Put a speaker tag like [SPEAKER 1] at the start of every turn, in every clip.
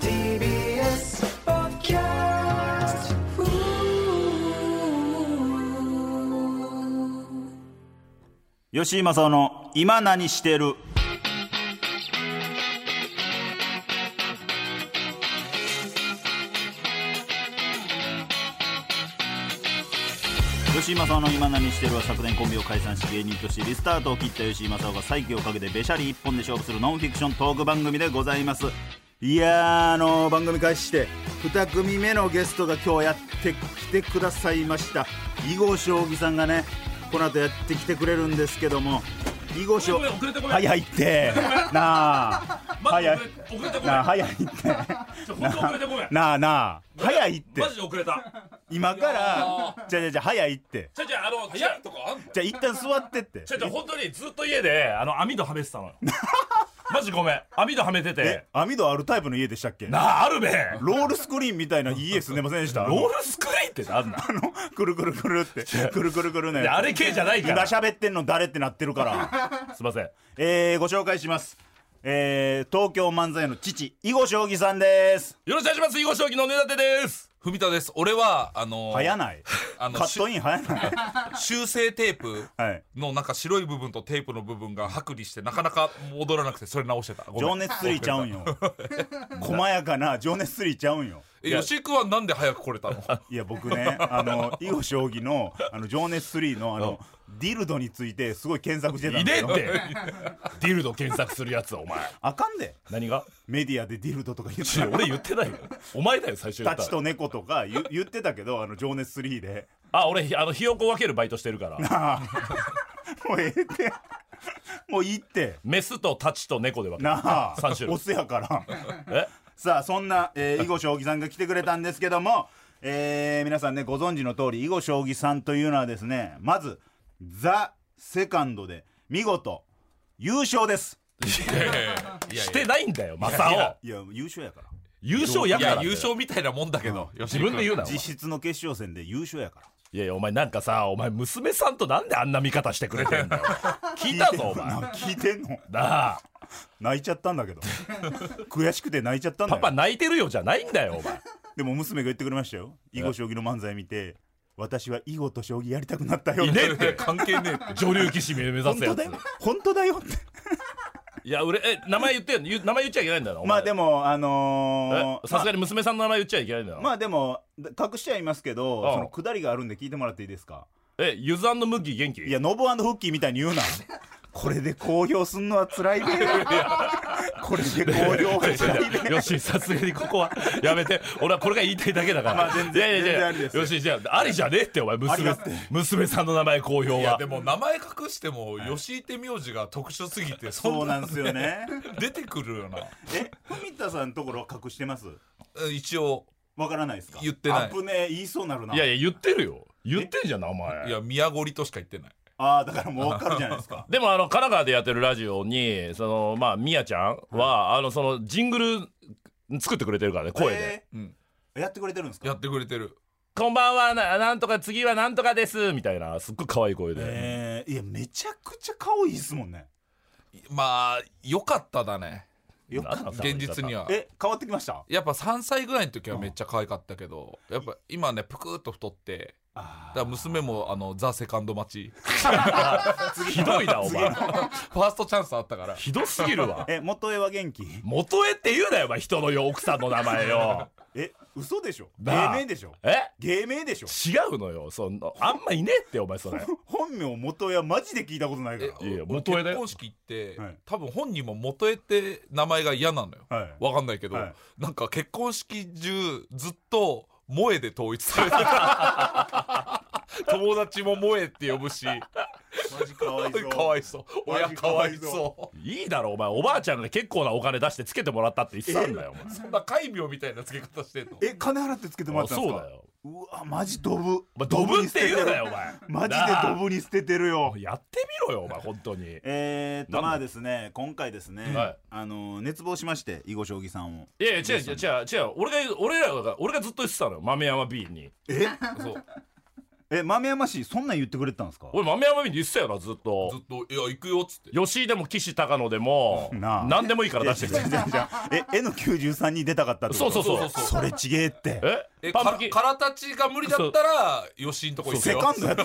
[SPEAKER 1] TBS ポッキャスト
[SPEAKER 2] 吉井正夫の今何してる吉井正夫の今何してるは昨年コンビを解散し芸人としてリスタートを切った吉井正夫が再起をかけてべしゃり一本で勝負するノンフィクショントーク番組でございますいやーあの番組開始して2組目のゲストが今日やってきてくださいました囲碁将棋さんがねこの後やってきてくれるんですけども囲碁将
[SPEAKER 3] ごめん遅れてごめん
[SPEAKER 2] 早いってなあ
[SPEAKER 3] マジ
[SPEAKER 2] 早い
[SPEAKER 3] 遅れ遅れてごめん
[SPEAKER 2] なあ早いって
[SPEAKER 3] ちょ本当遅れてごめん
[SPEAKER 2] なあなあ早いって
[SPEAKER 3] マジで遅れた
[SPEAKER 2] 今からじゃじゃじゃ早いって
[SPEAKER 3] じゃじゃあの早いとかあんの
[SPEAKER 2] じゃあ一旦座ってって
[SPEAKER 3] じゃじゃ本当にずっと家であの網戸はめてたの よマジごめん網戸はめて
[SPEAKER 2] え
[SPEAKER 3] て
[SPEAKER 2] 網戸あるタイプの家でしたっけ
[SPEAKER 3] なああるべ
[SPEAKER 2] ロールスクリーンみたいな家住んでませんでした
[SPEAKER 3] ロールスクリーンってあんな
[SPEAKER 2] あのくるくるくる ってくるくるくるね
[SPEAKER 3] いやあれ系じゃないか
[SPEAKER 2] 今
[SPEAKER 3] らす
[SPEAKER 2] 喋ってんの誰ってなってるから、
[SPEAKER 3] いません
[SPEAKER 2] えー、ご紹介しますえー、東京漫才の父囲碁将棋さんです
[SPEAKER 3] よろしくお願いします囲碁将棋の根立です
[SPEAKER 4] 文田です俺はあの
[SPEAKER 2] 早ないカ
[SPEAKER 4] あの
[SPEAKER 2] ットイン早 ない
[SPEAKER 4] 修正テープ
[SPEAKER 2] はい
[SPEAKER 4] のなんか白い部分とテープの部分が剥離してなかなか戻らなくてそれ直してたごめん
[SPEAKER 2] 情熱スリーちゃうんよ細やかな情熱スリーちゃうんよ
[SPEAKER 4] え吉井君はなんで早く来れたの
[SPEAKER 2] いや僕ねあの囲碁将棋の「あの情熱3」のあのディルドについてすごい検索してた
[SPEAKER 3] い
[SPEAKER 2] んだ
[SPEAKER 3] ねえ
[SPEAKER 2] け
[SPEAKER 3] っ
[SPEAKER 2] ど
[SPEAKER 3] てディルド検索するやつはお前
[SPEAKER 2] あかんで
[SPEAKER 3] 何が
[SPEAKER 2] メディアでディルドとか言って
[SPEAKER 3] ち
[SPEAKER 2] た
[SPEAKER 3] ょ俺言ってないよお前だよ最初言
[SPEAKER 2] タ
[SPEAKER 3] っ
[SPEAKER 2] チ
[SPEAKER 3] たの
[SPEAKER 2] と猫とか言言ってたけどあの情熱3で
[SPEAKER 3] あ俺ひあのひよこ分けるバイトしてるから
[SPEAKER 2] もうええってもういいって
[SPEAKER 3] メスとタチと猫で分ける
[SPEAKER 2] なあ
[SPEAKER 3] 三種類
[SPEAKER 2] オスやから
[SPEAKER 3] え
[SPEAKER 2] さあそんなえ ー囲碁将棋さんが来てくれたんですけども、えー皆さんねご存知の通り囲碁将棋さんというのはですねまず「ザ・セカンドで見事優勝です
[SPEAKER 4] いやいやいやいや
[SPEAKER 3] してないんだよマ
[SPEAKER 4] い
[SPEAKER 3] サ
[SPEAKER 4] や
[SPEAKER 3] オ
[SPEAKER 2] いや優勝やから
[SPEAKER 3] 優勝や
[SPEAKER 4] い
[SPEAKER 3] からだ
[SPEAKER 4] や
[SPEAKER 3] よ
[SPEAKER 4] 優勝みたいなもんだけど
[SPEAKER 3] 自分で言うなお前
[SPEAKER 2] 実質の決勝戦で優勝やから
[SPEAKER 3] いやいやお前なんかさお前娘さんとなんであんな見方してくれてん だよ聞いたぞお前な
[SPEAKER 2] 聞いてんの
[SPEAKER 3] あ
[SPEAKER 2] 泣いちゃったんだけ ど悔しくて泣いちゃったんだ
[SPEAKER 3] パ
[SPEAKER 2] よ
[SPEAKER 3] パ泣いてるよじゃないんだよお前
[SPEAKER 2] でも娘が言ってくれましたよ囲碁将棋の漫才見て私は囲碁と将棋やりたくなったよ
[SPEAKER 3] いねえって
[SPEAKER 4] 関係ねえって
[SPEAKER 3] 女流棋士目指
[SPEAKER 2] 本
[SPEAKER 3] せや
[SPEAKER 2] 当だ
[SPEAKER 3] つ
[SPEAKER 2] よ本当だよって
[SPEAKER 3] いや俺え名前言ってんの言う名前言っちゃいけないんだよ
[SPEAKER 2] まあで
[SPEAKER 3] も
[SPEAKER 2] もあのー
[SPEAKER 3] さすがに娘さんの名前言っちゃいけないんだよ、
[SPEAKER 2] まあでも隠してはいますけど
[SPEAKER 3] ああ
[SPEAKER 2] そのくだりがあるんで聞いてもらっていいですか
[SPEAKER 3] えゆずの麦元気
[SPEAKER 2] いやノブフッキーみたいに言う なこれで公表すんのは辛いでこれで公表は辛い で
[SPEAKER 3] よしさすがにここはやめて俺はこれが言いたいだけだから、
[SPEAKER 2] まあ全然
[SPEAKER 3] いやいやい
[SPEAKER 2] 全然あ
[SPEAKER 3] や
[SPEAKER 2] りです
[SPEAKER 3] よしじゃあありじゃねえってお
[SPEAKER 2] あ
[SPEAKER 3] 前
[SPEAKER 2] り
[SPEAKER 3] 娘
[SPEAKER 2] だって
[SPEAKER 3] 娘さんの名前公表
[SPEAKER 4] いや
[SPEAKER 3] は
[SPEAKER 4] でも名前隠しても吉井って名字が特殊すぎて
[SPEAKER 2] そうなんんですよね
[SPEAKER 4] 出てくるよな
[SPEAKER 2] え文田さんのところは隠してます
[SPEAKER 4] うん一応
[SPEAKER 2] わからないですか
[SPEAKER 4] 言ってない
[SPEAKER 2] あぶねえ言いそうなるない
[SPEAKER 3] やいや言ってるよ言ってんじゃんなお前
[SPEAKER 4] いや宮堀としか言ってない
[SPEAKER 2] ああだからもうわかるじゃないですか
[SPEAKER 3] でもあの神奈川でやってるラジオにそのまあみやちゃんは、あのそのジングル作ってくれてるから ね声で、
[SPEAKER 2] えー
[SPEAKER 4] うん
[SPEAKER 2] やってくれてるんです
[SPEAKER 4] や
[SPEAKER 2] か
[SPEAKER 4] ってくれてる
[SPEAKER 3] こんばんはななんとか次はなんとかですみたいなすっごい可愛い声で、
[SPEAKER 2] えー、いやめちゃくちゃ顔いいっすもんね
[SPEAKER 4] まあよかっただね
[SPEAKER 2] よ
[SPEAKER 3] なんなん
[SPEAKER 4] 現実には
[SPEAKER 2] え変わってきました
[SPEAKER 4] やっぱ3歳ぐらいの時はめっちゃ可愛かったけど、やっぱ今ねぷくーっと太ってだ
[SPEAKER 2] あ
[SPEAKER 4] から娘もあのザ・セカンド待ち
[SPEAKER 3] ひどいなお前
[SPEAKER 4] ファーストチャンスあったから
[SPEAKER 3] ひどすぎるわ
[SPEAKER 2] ーえ元絵は元気
[SPEAKER 3] 元へって言うなよお前人のよ奥さんの名前よ
[SPEAKER 2] え嘘でしょ芸
[SPEAKER 3] なあ
[SPEAKER 2] 名でしょ
[SPEAKER 3] え
[SPEAKER 2] 芸名でしょ
[SPEAKER 3] 違うのよそのあんまいねえってお前それ
[SPEAKER 2] 本名元絵はマジで聞いたことないか
[SPEAKER 3] いやいや
[SPEAKER 4] 俺
[SPEAKER 3] 元絵だよ
[SPEAKER 4] 結婚式って、
[SPEAKER 2] はい
[SPEAKER 4] 多分本人も元絵って名前が嫌なのよ、
[SPEAKER 2] ら
[SPEAKER 4] わ
[SPEAKER 2] はい
[SPEAKER 4] かんないけど、
[SPEAKER 2] はい
[SPEAKER 4] なんか結婚式中ずっと萌えで統一されてる友達も萌えって呼ぶし
[SPEAKER 2] マジかわいそう
[SPEAKER 4] かわいそう
[SPEAKER 2] マ
[SPEAKER 4] 親
[SPEAKER 2] ジ
[SPEAKER 4] か
[SPEAKER 2] かわ
[SPEAKER 4] わ
[SPEAKER 2] い
[SPEAKER 4] い
[SPEAKER 2] そう
[SPEAKER 4] そう
[SPEAKER 3] いいだろお前おばあちゃんが結構なお金出してつけてもらったって言ってたんだよお前
[SPEAKER 4] そんな戒名みたいな付け方してんの
[SPEAKER 2] え金払ってつけてもらったんで
[SPEAKER 3] そ
[SPEAKER 2] す
[SPEAKER 3] う
[SPEAKER 2] か
[SPEAKER 3] だよ
[SPEAKER 2] うわマジドブ
[SPEAKER 3] お前ドブって言うなよお
[SPEAKER 2] ドブに捨ててる
[SPEAKER 3] 前
[SPEAKER 2] マジで
[SPEAKER 3] なあ
[SPEAKER 2] ドブに捨ててるよ
[SPEAKER 3] やってみろよお前本当に
[SPEAKER 2] えー、っ
[SPEAKER 3] な
[SPEAKER 2] と
[SPEAKER 3] んだ
[SPEAKER 2] まあですね今回ですね、
[SPEAKER 3] はい
[SPEAKER 2] あの熱望しまして囲碁将棋さんを
[SPEAKER 3] いやいや違う違う違う違う俺が俺らが俺がずっと言ってたのよ豆山 B に
[SPEAKER 2] え
[SPEAKER 4] そう
[SPEAKER 2] え豆山氏そんなん言ってくれてたんですか
[SPEAKER 3] 俺豆山に言ってたよなずっと
[SPEAKER 4] ずっと「いや行くよ」っつって
[SPEAKER 3] 吉井でも岸高野で も
[SPEAKER 2] なあ
[SPEAKER 3] 何でもいいか
[SPEAKER 2] いや
[SPEAKER 3] ら出して
[SPEAKER 2] 違う違
[SPEAKER 3] くれ
[SPEAKER 2] う違うえ N93 に出たかったってこと
[SPEAKER 3] そうそうそう
[SPEAKER 4] そ
[SPEAKER 2] そ
[SPEAKER 4] う
[SPEAKER 2] れちげえって
[SPEAKER 4] え
[SPEAKER 3] え
[SPEAKER 4] か
[SPEAKER 3] パンプキン
[SPEAKER 4] 空たちが無理だったら吉井のとこ行く
[SPEAKER 2] セ
[SPEAKER 4] よ
[SPEAKER 2] カンドやった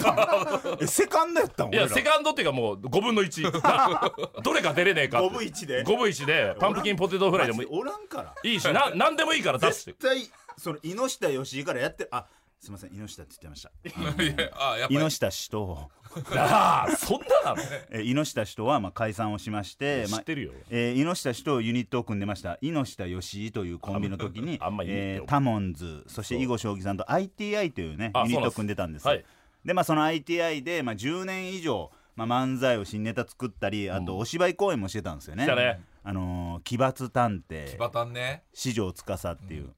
[SPEAKER 2] のえセカンドやったの
[SPEAKER 3] い
[SPEAKER 2] 俺
[SPEAKER 3] や
[SPEAKER 2] ら
[SPEAKER 3] セカンドっていうかもう5分の1どれか出れねえか
[SPEAKER 2] 五分一で
[SPEAKER 3] 5分1でパンプキンポテトフライでもい
[SPEAKER 2] マジおらんから
[SPEAKER 3] いいしな何でもいいから出 して
[SPEAKER 2] 絶対その井下義井からやってあすいません井下って言ってました
[SPEAKER 4] いやあやっぱり
[SPEAKER 2] 井下氏と
[SPEAKER 3] ああそんななの
[SPEAKER 2] え井下氏とはまあ解散をしまして
[SPEAKER 3] 知
[SPEAKER 2] まあ
[SPEAKER 3] ってるよ
[SPEAKER 2] えー、猪下氏とユニットを組んでました猪下義井というコンビの時に
[SPEAKER 3] あんま言うてよ
[SPEAKER 2] えータモンズそして囲碁将棋さんと ITI というね
[SPEAKER 3] あ
[SPEAKER 2] ユニッ
[SPEAKER 3] そう
[SPEAKER 2] ト
[SPEAKER 3] なん
[SPEAKER 2] を
[SPEAKER 3] です
[SPEAKER 2] 組んでたんです
[SPEAKER 3] はい
[SPEAKER 2] でまあその ITI で、まあ、10年以上、まあ、漫才を新ネタ作ったりあとお芝居公演もしてたんですよね,、
[SPEAKER 3] したね
[SPEAKER 2] あのー奇抜探偵
[SPEAKER 4] バタンね
[SPEAKER 2] 四条司っていう、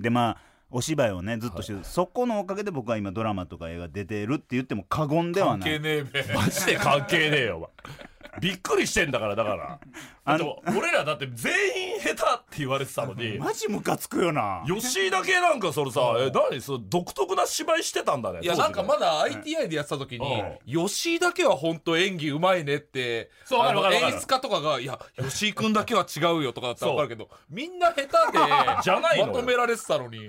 [SPEAKER 2] でまあお芝居をねずっとしてる、そこのおかげで僕は今ドラマとか映画出てるって言っても過言では
[SPEAKER 4] 関
[SPEAKER 2] ない
[SPEAKER 4] 係ねえ べ
[SPEAKER 3] マジで関係ねえよお前びっくりしてんだからだから
[SPEAKER 2] あ
[SPEAKER 3] あ
[SPEAKER 2] の
[SPEAKER 3] の俺らだって全員下手って言われてたのに
[SPEAKER 2] マジムカつくよな
[SPEAKER 3] 吉井だけなんかそれさえ何その独特な芝居してたんだね
[SPEAKER 4] いや
[SPEAKER 3] 当時
[SPEAKER 4] なんかまだ ITI でやってた時に
[SPEAKER 3] う
[SPEAKER 4] 吉井だけは本当演技うまいねって
[SPEAKER 3] そうわかる
[SPEAKER 4] あの
[SPEAKER 3] わかるわかる
[SPEAKER 4] 演出家とかが「いや吉井君だけは違うよ」とかだったら
[SPEAKER 3] そう
[SPEAKER 4] 分かるけどみんな下手で
[SPEAKER 3] じゃないのよ
[SPEAKER 4] まとめられてたのに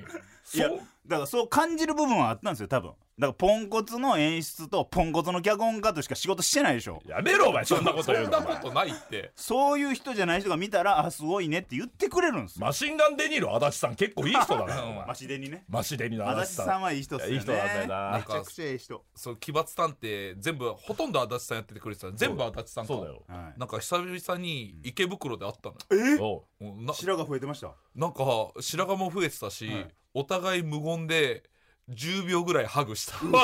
[SPEAKER 2] いやだからそう感じる部分はあったんですよ多分だからポンコツの演出とポンコツの脚本家としか仕事してないでしょ
[SPEAKER 3] やめろお前そんなこと
[SPEAKER 4] そ
[SPEAKER 3] 言うんの
[SPEAKER 4] な
[SPEAKER 3] お前
[SPEAKER 4] ことないって
[SPEAKER 2] そういう人じゃない人が見たらあすごいねって言ってくれるんですよ、
[SPEAKER 3] マシンガンデニーロ足立さん結構いい人だ ねお前
[SPEAKER 2] マシデにね
[SPEAKER 3] マシデニーロ
[SPEAKER 2] 足
[SPEAKER 3] 足
[SPEAKER 2] 立
[SPEAKER 3] 立さん
[SPEAKER 2] さんはいい人っすよね
[SPEAKER 3] いやいい人なんだよな
[SPEAKER 2] めちゃくちゃいい人
[SPEAKER 4] その奇抜探偵全部ほとんど足立さんやっててくれてたの全部足立さんか
[SPEAKER 3] そうだよ
[SPEAKER 2] はい
[SPEAKER 4] なんか久々に池袋で会ったのよ
[SPEAKER 3] おう
[SPEAKER 4] うんな
[SPEAKER 2] 白が増えてました
[SPEAKER 4] なんか白髪も増えてたし、お互い無言で10秒ぐらいハグした なん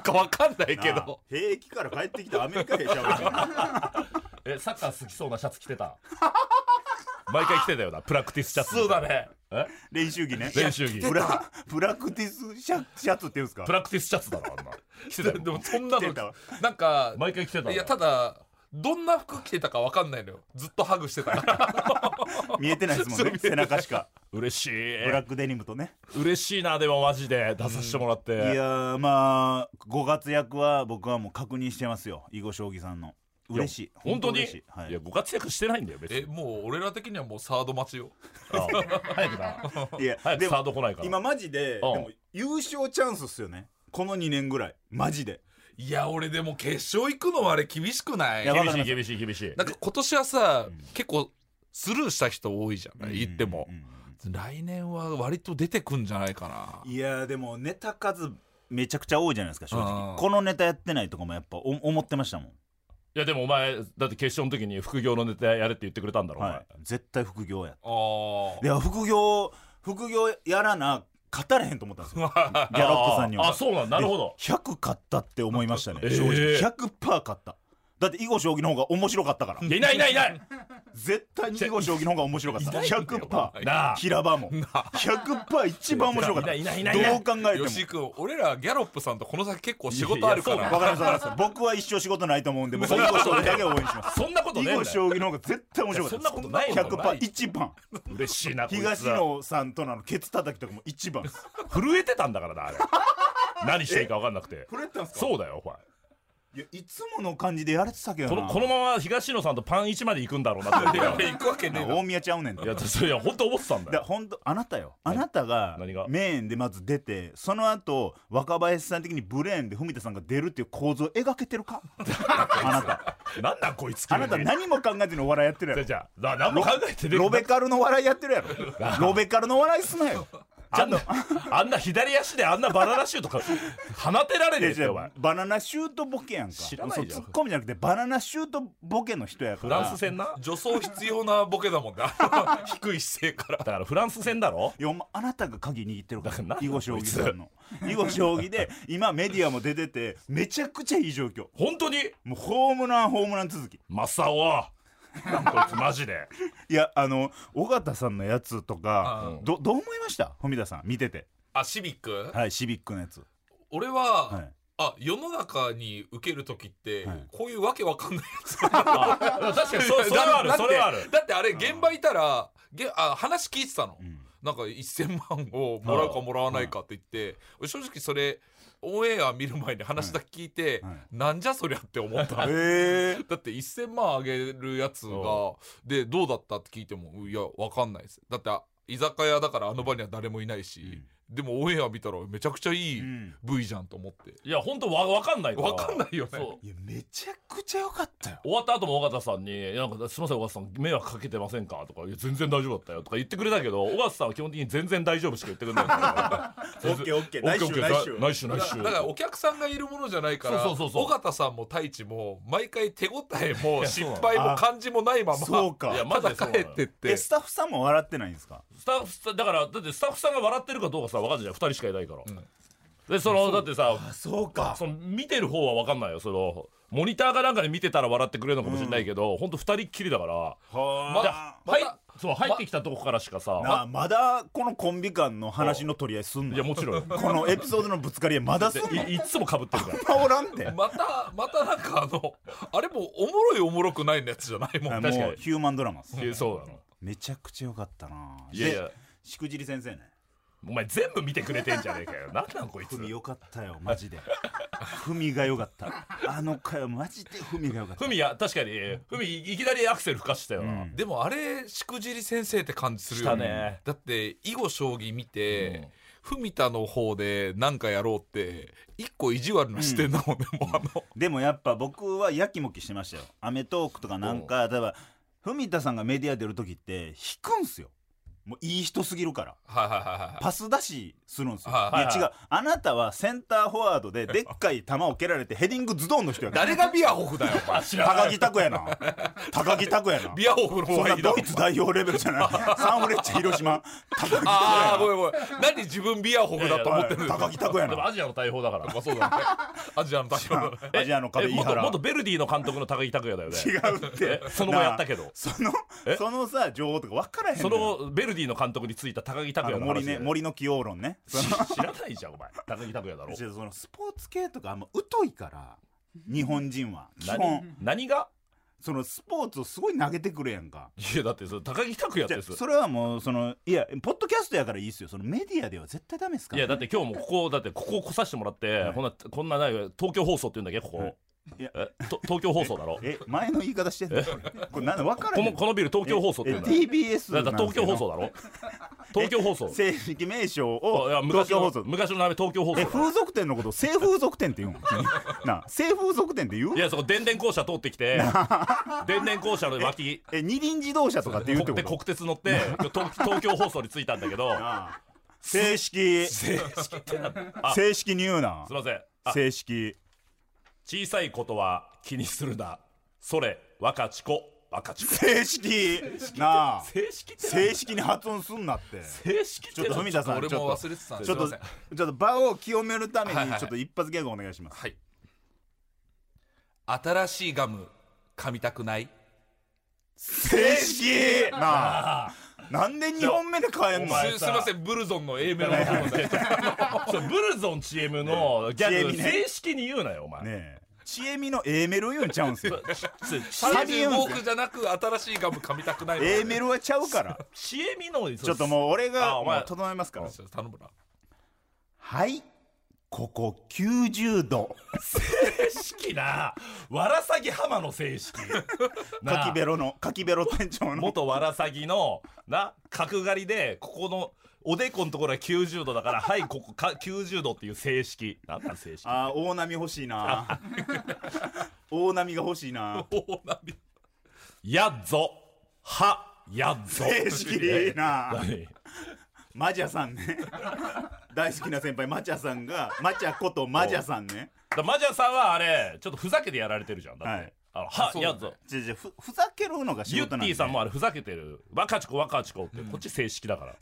[SPEAKER 4] かわかんないけ
[SPEAKER 2] なあ
[SPEAKER 4] ど
[SPEAKER 2] 兵役から帰ってきたアメリカ兵ちゃうか
[SPEAKER 3] えサッカー好きそうなシャツ着て た毎回着てたよなプラクティスシャツ
[SPEAKER 4] そうだね
[SPEAKER 3] え
[SPEAKER 2] 練習着ね
[SPEAKER 3] 練習着
[SPEAKER 2] プラプラクティスシャシャツって言うんですか
[SPEAKER 3] プラクティスシャツだろあんな着てた
[SPEAKER 4] で
[SPEAKER 3] よ
[SPEAKER 4] でもそんな
[SPEAKER 2] 着
[SPEAKER 4] の
[SPEAKER 2] てたわ
[SPEAKER 4] なんか
[SPEAKER 3] 毎回着てた
[SPEAKER 4] いやただどんな服着てたかわかんないのよずっとハグして たから
[SPEAKER 2] 見えてないですもんね背中しか
[SPEAKER 3] 嬉しい
[SPEAKER 2] ブラックデニムとね
[SPEAKER 3] 嬉しいなでもマジで出させてもらって、
[SPEAKER 2] いやーまあご活躍は僕はもう確認してますよ囲碁将棋さんの嬉しい
[SPEAKER 3] 本当に
[SPEAKER 2] 嬉しいはい
[SPEAKER 3] いやご活躍してないんだよ別
[SPEAKER 4] え
[SPEAKER 3] に
[SPEAKER 4] もう俺ら的にはもうサード待ちよ
[SPEAKER 3] あ早くない
[SPEAKER 2] や
[SPEAKER 3] 早く
[SPEAKER 2] で
[SPEAKER 3] サー
[SPEAKER 2] も
[SPEAKER 3] ド来ないから
[SPEAKER 2] 今マジでで
[SPEAKER 3] うん
[SPEAKER 2] も優勝チャンスっすよねこの2年ぐらいマジで
[SPEAKER 4] いや俺でも決勝行くのはあれ厳しくない
[SPEAKER 2] いやわか
[SPEAKER 3] 厳
[SPEAKER 2] り
[SPEAKER 3] し
[SPEAKER 2] ます
[SPEAKER 3] い厳しい厳しい
[SPEAKER 4] なんか今年はさ、結構スルーした人多いじゃない、言っても
[SPEAKER 2] う、ん
[SPEAKER 4] 来年は割と出てくんじゃないかない
[SPEAKER 2] やーでもネタ数めちゃくちゃ多いじゃないですか正
[SPEAKER 4] う
[SPEAKER 2] 直
[SPEAKER 4] ん
[SPEAKER 2] このネタやってないとかもやっぱお思ってましたもん、
[SPEAKER 3] いやでもお前だって決勝の時に副業のネタやれって言ってくれたんだろ、
[SPEAKER 2] はい、絶対副業や
[SPEAKER 4] あー
[SPEAKER 2] いや副業副業やらな勝たれへんと思ったんですよ
[SPEAKER 3] お
[SPEAKER 2] ギ
[SPEAKER 3] 前
[SPEAKER 2] ャロップさんには
[SPEAKER 3] ああそうなんなるほど
[SPEAKER 2] で100勝ったって思いましたね
[SPEAKER 3] えー
[SPEAKER 2] 正直100%勝っただって囲碁将棋の方が面白かったから
[SPEAKER 3] いやいないいないいない
[SPEAKER 2] 絶対に囲碁将棋の方が面白かった
[SPEAKER 4] いないんだよ
[SPEAKER 2] 100%
[SPEAKER 3] なあ
[SPEAKER 2] 平場も100%一番面白かったど
[SPEAKER 3] いうな
[SPEAKER 2] 考
[SPEAKER 3] い
[SPEAKER 2] え
[SPEAKER 3] いないいない
[SPEAKER 2] ても
[SPEAKER 4] 吉井君俺らギャロップさんとこの先結構仕事あるか
[SPEAKER 3] いや
[SPEAKER 4] ら
[SPEAKER 3] い
[SPEAKER 2] わかりましたわかりました僕は一生仕事ないと思うんで僕は囲碁将棋だけ応援します
[SPEAKER 3] そんなこと
[SPEAKER 2] 囲
[SPEAKER 3] ねえん
[SPEAKER 2] 碁
[SPEAKER 3] だよ
[SPEAKER 2] 将棋の方が絶対面白かった
[SPEAKER 3] いやそんなことないよ
[SPEAKER 2] 100%一番
[SPEAKER 3] 嬉しいなこいつは
[SPEAKER 2] 東野さんとのあのケツ叩きとかも一番です
[SPEAKER 3] 震えてたんだからなあれ何していいか分かんなくて
[SPEAKER 2] 震えてたんすか
[SPEAKER 3] そうだよお前
[SPEAKER 2] いやいつもの感じでやれてたけど
[SPEAKER 3] この
[SPEAKER 2] な
[SPEAKER 3] このまま東野さんとパン1まで行くんだろうなって思ってた
[SPEAKER 4] いや行くわけねえだろ
[SPEAKER 2] 大宮ちゃうねんて
[SPEAKER 3] いやそいや本当思ってたんだ
[SPEAKER 2] だ
[SPEAKER 3] よ
[SPEAKER 2] 本当あなたよあなたが
[SPEAKER 3] 何が
[SPEAKER 2] メインでまず出てその後若林さん的にブレーンで文田さんが出るっていう構造を描けて るかあなた
[SPEAKER 3] なんなんこいつ
[SPEAKER 2] あなた
[SPEAKER 3] 急に
[SPEAKER 2] 何も考えてのお笑いやってるやろ
[SPEAKER 3] じゃあじゃあな何も考えてねえ
[SPEAKER 2] ロベカルの笑いやって るやろロベカルの笑いすなよ
[SPEAKER 3] あんなあんな左足であんなバナナシュートか放てら れねえ
[SPEAKER 2] い
[SPEAKER 3] っ
[SPEAKER 2] や
[SPEAKER 3] て
[SPEAKER 2] 違う
[SPEAKER 3] お前
[SPEAKER 2] バナナシュートボケやんか
[SPEAKER 3] 知らないじゃん
[SPEAKER 2] そうツッコミじゃなくてバナナシュートボケの人やか
[SPEAKER 3] フ
[SPEAKER 2] ら
[SPEAKER 3] ランス戦なだ
[SPEAKER 4] 女装必要なボ ケだもんね低い姿勢から
[SPEAKER 3] からフランス戦だろ
[SPEAKER 2] いやお前あなたが鍵握ってるか
[SPEAKER 3] だか
[SPEAKER 2] ら
[SPEAKER 3] らなんだ
[SPEAKER 2] 囲碁将棋さんの囲碁将棋で今メディアも出ててめちゃくちゃいい状況
[SPEAKER 3] 本当に
[SPEAKER 2] もうホームランホームラン続き
[SPEAKER 3] マサオなんこいつマジで
[SPEAKER 2] いやあの尾形さんのやつとか
[SPEAKER 3] うん
[SPEAKER 2] どどう思いました文田さん見てて
[SPEAKER 4] あシビック、
[SPEAKER 2] はいシビックのやつ
[SPEAKER 4] 俺は、
[SPEAKER 2] はい
[SPEAKER 4] あ世の中に受ける時って、
[SPEAKER 2] はい
[SPEAKER 4] こういうわけわかんないやつ
[SPEAKER 3] あ 確かにそそれはある
[SPEAKER 4] だって
[SPEAKER 3] それはある
[SPEAKER 4] だってあれ現場いたらげあ話聞いてたの、
[SPEAKER 2] ん
[SPEAKER 4] なんか1000万をもらうかもらわないかって言って、俺正直それオンエア見る前に話だけ聞いて、
[SPEAKER 2] はい
[SPEAKER 4] なんじゃそりゃって思った
[SPEAKER 2] え
[SPEAKER 4] だって1000万あげるやつがでどうだったって聞いてもいやわかんないですだってあ居酒屋だからあの場には誰もいないし、でもオンエア見たらめちゃくちゃいい
[SPEAKER 2] ん
[SPEAKER 4] V じゃんと思って、
[SPEAKER 3] いや本当わわかんないから
[SPEAKER 4] わかんないよね
[SPEAKER 3] そう
[SPEAKER 2] いやめちゃくちゃ良かったよ
[SPEAKER 3] 終わった後も尾形さんに「なんかすみません尾形さん迷惑かけてませんか?」とかいや「全然大丈夫だったよ」とか言ってくれたけど尾形さんは基本的に「全然大丈夫」しか言ってくれないから
[SPEAKER 2] オ ッケーオッケーナイス
[SPEAKER 3] オッケー
[SPEAKER 2] ナイス
[SPEAKER 3] オッケーナイスナイ
[SPEAKER 4] だか
[SPEAKER 3] ス
[SPEAKER 4] らだからお客さんがいるものじゃないから
[SPEAKER 3] そうそうそうそう
[SPEAKER 4] 尾形さんも太一も毎回手応えも
[SPEAKER 3] や
[SPEAKER 4] 失
[SPEAKER 3] そうなの
[SPEAKER 4] 敗も
[SPEAKER 2] あ
[SPEAKER 4] 感じもないまま
[SPEAKER 2] そうか
[SPEAKER 3] いやマ
[SPEAKER 4] た
[SPEAKER 3] ジ
[SPEAKER 4] だ
[SPEAKER 3] でそう
[SPEAKER 4] 帰
[SPEAKER 3] なの
[SPEAKER 4] ってっ
[SPEAKER 3] よ
[SPEAKER 4] て
[SPEAKER 2] えスタッフさんも笑ってないんですか
[SPEAKER 3] スタッフさんだからだってスタッフさんが笑ってるかどうかさ分かんないじゃん2人しかいないから、でそのだってさ
[SPEAKER 2] そうか
[SPEAKER 3] その見てる方は分かんないよそのモニターかなんかで見てたら笑ってくれるのかもしれないけど、ほんと2人っきりだから
[SPEAKER 4] ま
[SPEAKER 3] で
[SPEAKER 2] は
[SPEAKER 4] ま
[SPEAKER 3] はい
[SPEAKER 4] た
[SPEAKER 3] そう入ってきたとこからしかさ、
[SPEAKER 2] あなあまだこのコンビ間の話の取り合いすんの
[SPEAKER 3] いやもちろんよ
[SPEAKER 2] このエピソードのぶつかり合いまだすんの
[SPEAKER 3] でいいつもかぶってるから
[SPEAKER 2] おらんて
[SPEAKER 4] またまたなんかあのあれもおもろいおもろくないのやつじゃないもん
[SPEAKER 2] あ
[SPEAKER 4] ね
[SPEAKER 3] 確か
[SPEAKER 2] もう
[SPEAKER 3] に
[SPEAKER 2] ヒューマンドラマっす
[SPEAKER 3] いやそうなの
[SPEAKER 2] めちゃくちゃ良かったない
[SPEAKER 3] やいや
[SPEAKER 2] でしくじり先生ね
[SPEAKER 3] お前全部見てくれてんじゃねえか よなんなんこいつ
[SPEAKER 2] ふみ良かったよマジでふみが良かったあの回はマジでふみが良かった
[SPEAKER 3] ふみや確かにふみいきなりアクセル吹かしてたよな、
[SPEAKER 4] でもあれしくじり先生って感じする
[SPEAKER 3] した
[SPEAKER 4] よ
[SPEAKER 3] ね
[SPEAKER 4] だって囲碁将棋見て、文田の方でなんかやろうって一個意地悪な視点だもんね、もうあの
[SPEAKER 2] でもやっぱ僕はやきもきしてましたよアメトークとかなんか例えばふみたさんがメディア出る時って引くんすよもういい人すぎるから
[SPEAKER 4] はいはいはいはい
[SPEAKER 2] パス出しするんですよ、
[SPEAKER 4] はい
[SPEAKER 2] い
[SPEAKER 3] は
[SPEAKER 2] や
[SPEAKER 3] い
[SPEAKER 2] 違うあなたはセンターフォワードででっかい球を蹴られてヘディングズドンの人やから
[SPEAKER 4] 誰がビアホフだよお前
[SPEAKER 2] 高木拓やな高木拓やな
[SPEAKER 4] ビアホフの方
[SPEAKER 2] そん
[SPEAKER 4] が
[SPEAKER 2] ない
[SPEAKER 4] いだろ
[SPEAKER 2] ドイツ代表レベルじゃないサンフレッチェ広島高木拓
[SPEAKER 4] ああ
[SPEAKER 2] や
[SPEAKER 4] ごめんごめん何自分ビアホフだと思
[SPEAKER 2] な
[SPEAKER 4] ってるんだ
[SPEAKER 2] 高木拓や
[SPEAKER 3] でも
[SPEAKER 2] な
[SPEAKER 3] アジアの大砲だから
[SPEAKER 4] まあそうだねアジアの代表だね
[SPEAKER 2] アジアの
[SPEAKER 3] え
[SPEAKER 2] 壁飯
[SPEAKER 3] 元
[SPEAKER 2] 原
[SPEAKER 3] 元ベルディの監督の高木拓也だよね
[SPEAKER 2] 違うって
[SPEAKER 3] え その後やったけど
[SPEAKER 2] なあそのそのさ情報とか分からへん
[SPEAKER 3] そ
[SPEAKER 2] のよ
[SPEAKER 3] のベルディの監督についた高木
[SPEAKER 2] あ
[SPEAKER 3] 拓
[SPEAKER 2] の
[SPEAKER 3] 也の
[SPEAKER 2] 森
[SPEAKER 3] 話
[SPEAKER 2] ね森の起用論ねその
[SPEAKER 3] 知らないじゃんお前高木拓也だろ
[SPEAKER 2] 違うそのスポーツ系とかあんま疎いから日本人は基
[SPEAKER 3] 何
[SPEAKER 2] 本
[SPEAKER 3] 何が
[SPEAKER 2] そのスポーツをすごい投げてくるやんか
[SPEAKER 3] いやだってそれ高木拓也
[SPEAKER 2] じゃ
[SPEAKER 3] です
[SPEAKER 2] それはもうそのいやポッドキャストやからいいっすよそのメディアでは絶対ダメですか
[SPEAKER 3] い
[SPEAKER 2] ら
[SPEAKER 3] やだって今日もここだってここを来させてもらって、
[SPEAKER 2] はい
[SPEAKER 3] こんなこんなない東京放送って言うんだっけどここ、
[SPEAKER 2] はいいや
[SPEAKER 3] えと東京放送だろ
[SPEAKER 2] え前の言い方してんのこれこれなんだ分から
[SPEAKER 3] こ
[SPEAKER 2] へ
[SPEAKER 3] の
[SPEAKER 2] ん
[SPEAKER 3] このビル東京放送って
[SPEAKER 2] え
[SPEAKER 3] 言うんだよ
[SPEAKER 2] TBS
[SPEAKER 3] だから東京放送
[SPEAKER 2] だ
[SPEAKER 3] だろ東京放送
[SPEAKER 2] 正式名称
[SPEAKER 3] あいや
[SPEAKER 2] を東
[SPEAKER 3] 昔
[SPEAKER 2] 京
[SPEAKER 3] の
[SPEAKER 2] 放送
[SPEAKER 3] 昔の名前東京放送
[SPEAKER 2] え
[SPEAKER 3] だろ
[SPEAKER 2] 風俗店のことを性風俗店って言 うんなあ性風俗店って言う
[SPEAKER 3] いやそこ電電校舎通ってきて電電校舎の脇
[SPEAKER 2] え二輪自動車とかって言うって
[SPEAKER 3] 国
[SPEAKER 2] こと
[SPEAKER 3] 鉄国鉄乗って東東京放送に着いたんだけど
[SPEAKER 2] ああ正式
[SPEAKER 3] 正式ってなんだあす
[SPEAKER 2] 正式に言うない
[SPEAKER 3] ませんあ
[SPEAKER 2] 正式
[SPEAKER 3] 小さいことは気にするなそれ若智子若智子
[SPEAKER 2] 正式なあ
[SPEAKER 3] 正式ってなんだ
[SPEAKER 2] 正式に発音すんなって
[SPEAKER 3] 正式って
[SPEAKER 2] ちょっと
[SPEAKER 3] なんだ
[SPEAKER 2] 富田さん
[SPEAKER 4] 俺
[SPEAKER 2] ちょ
[SPEAKER 4] も
[SPEAKER 2] っと
[SPEAKER 4] 忘れてたんで
[SPEAKER 2] ちょっと
[SPEAKER 4] す
[SPEAKER 2] ち
[SPEAKER 4] いません
[SPEAKER 2] ょっと場を清めるため
[SPEAKER 4] はいは
[SPEAKER 2] に
[SPEAKER 4] い
[SPEAKER 2] ちょっと一発ギャグお願いします
[SPEAKER 4] はい新しいガム噛みたくない
[SPEAKER 2] 正式なあなんで二本目で変えんの
[SPEAKER 4] すすいませんブルゾンの A メロの方で
[SPEAKER 3] それブルゾン CM のギャグ
[SPEAKER 2] 知恵美ね
[SPEAKER 3] 正式に言うなよお前
[SPEAKER 2] ねえちえみの A メロ言うんちゃうんすよ
[SPEAKER 3] ち
[SPEAKER 2] サビ言うん
[SPEAKER 4] 35
[SPEAKER 2] すよ
[SPEAKER 4] 億じゃなく新しいガム噛みたくないの
[SPEAKER 2] A メロはちゃうから
[SPEAKER 3] 知恵美の
[SPEAKER 2] ちょっともう俺
[SPEAKER 3] あ
[SPEAKER 2] が
[SPEAKER 3] お
[SPEAKER 2] も
[SPEAKER 3] 前
[SPEAKER 2] う整えますから
[SPEAKER 4] 頼むな
[SPEAKER 2] はいここ90度
[SPEAKER 3] 正式なわらさぎ浜の 正式な
[SPEAKER 2] カ
[SPEAKER 3] あ
[SPEAKER 2] キベロのカキベロ店長の
[SPEAKER 3] 元わらさぎのな角刈りでここのおでこのところは90度だからはいここか90度っていう正式なんだ正式
[SPEAKER 2] あー大波欲しい な大波が欲しいな
[SPEAKER 3] やっぞはやっぞ
[SPEAKER 2] 正式いいな
[SPEAKER 3] 何
[SPEAKER 2] マジャさんね大好きな先輩マチャさんがマチャことマジャさんね
[SPEAKER 3] だマジャさんはあれちょっとふざけてやられてるじゃんだって、
[SPEAKER 2] はい
[SPEAKER 3] あのは
[SPEAKER 4] そうだ
[SPEAKER 3] や
[SPEAKER 4] ね
[SPEAKER 3] っぞ
[SPEAKER 2] じゃじゃふふざけるのが仕
[SPEAKER 3] ユッ
[SPEAKER 2] 事
[SPEAKER 3] テ
[SPEAKER 2] なん
[SPEAKER 3] ィ
[SPEAKER 2] で
[SPEAKER 3] さんもあれふざけてる若ちこ若ちこってこっち正式だから、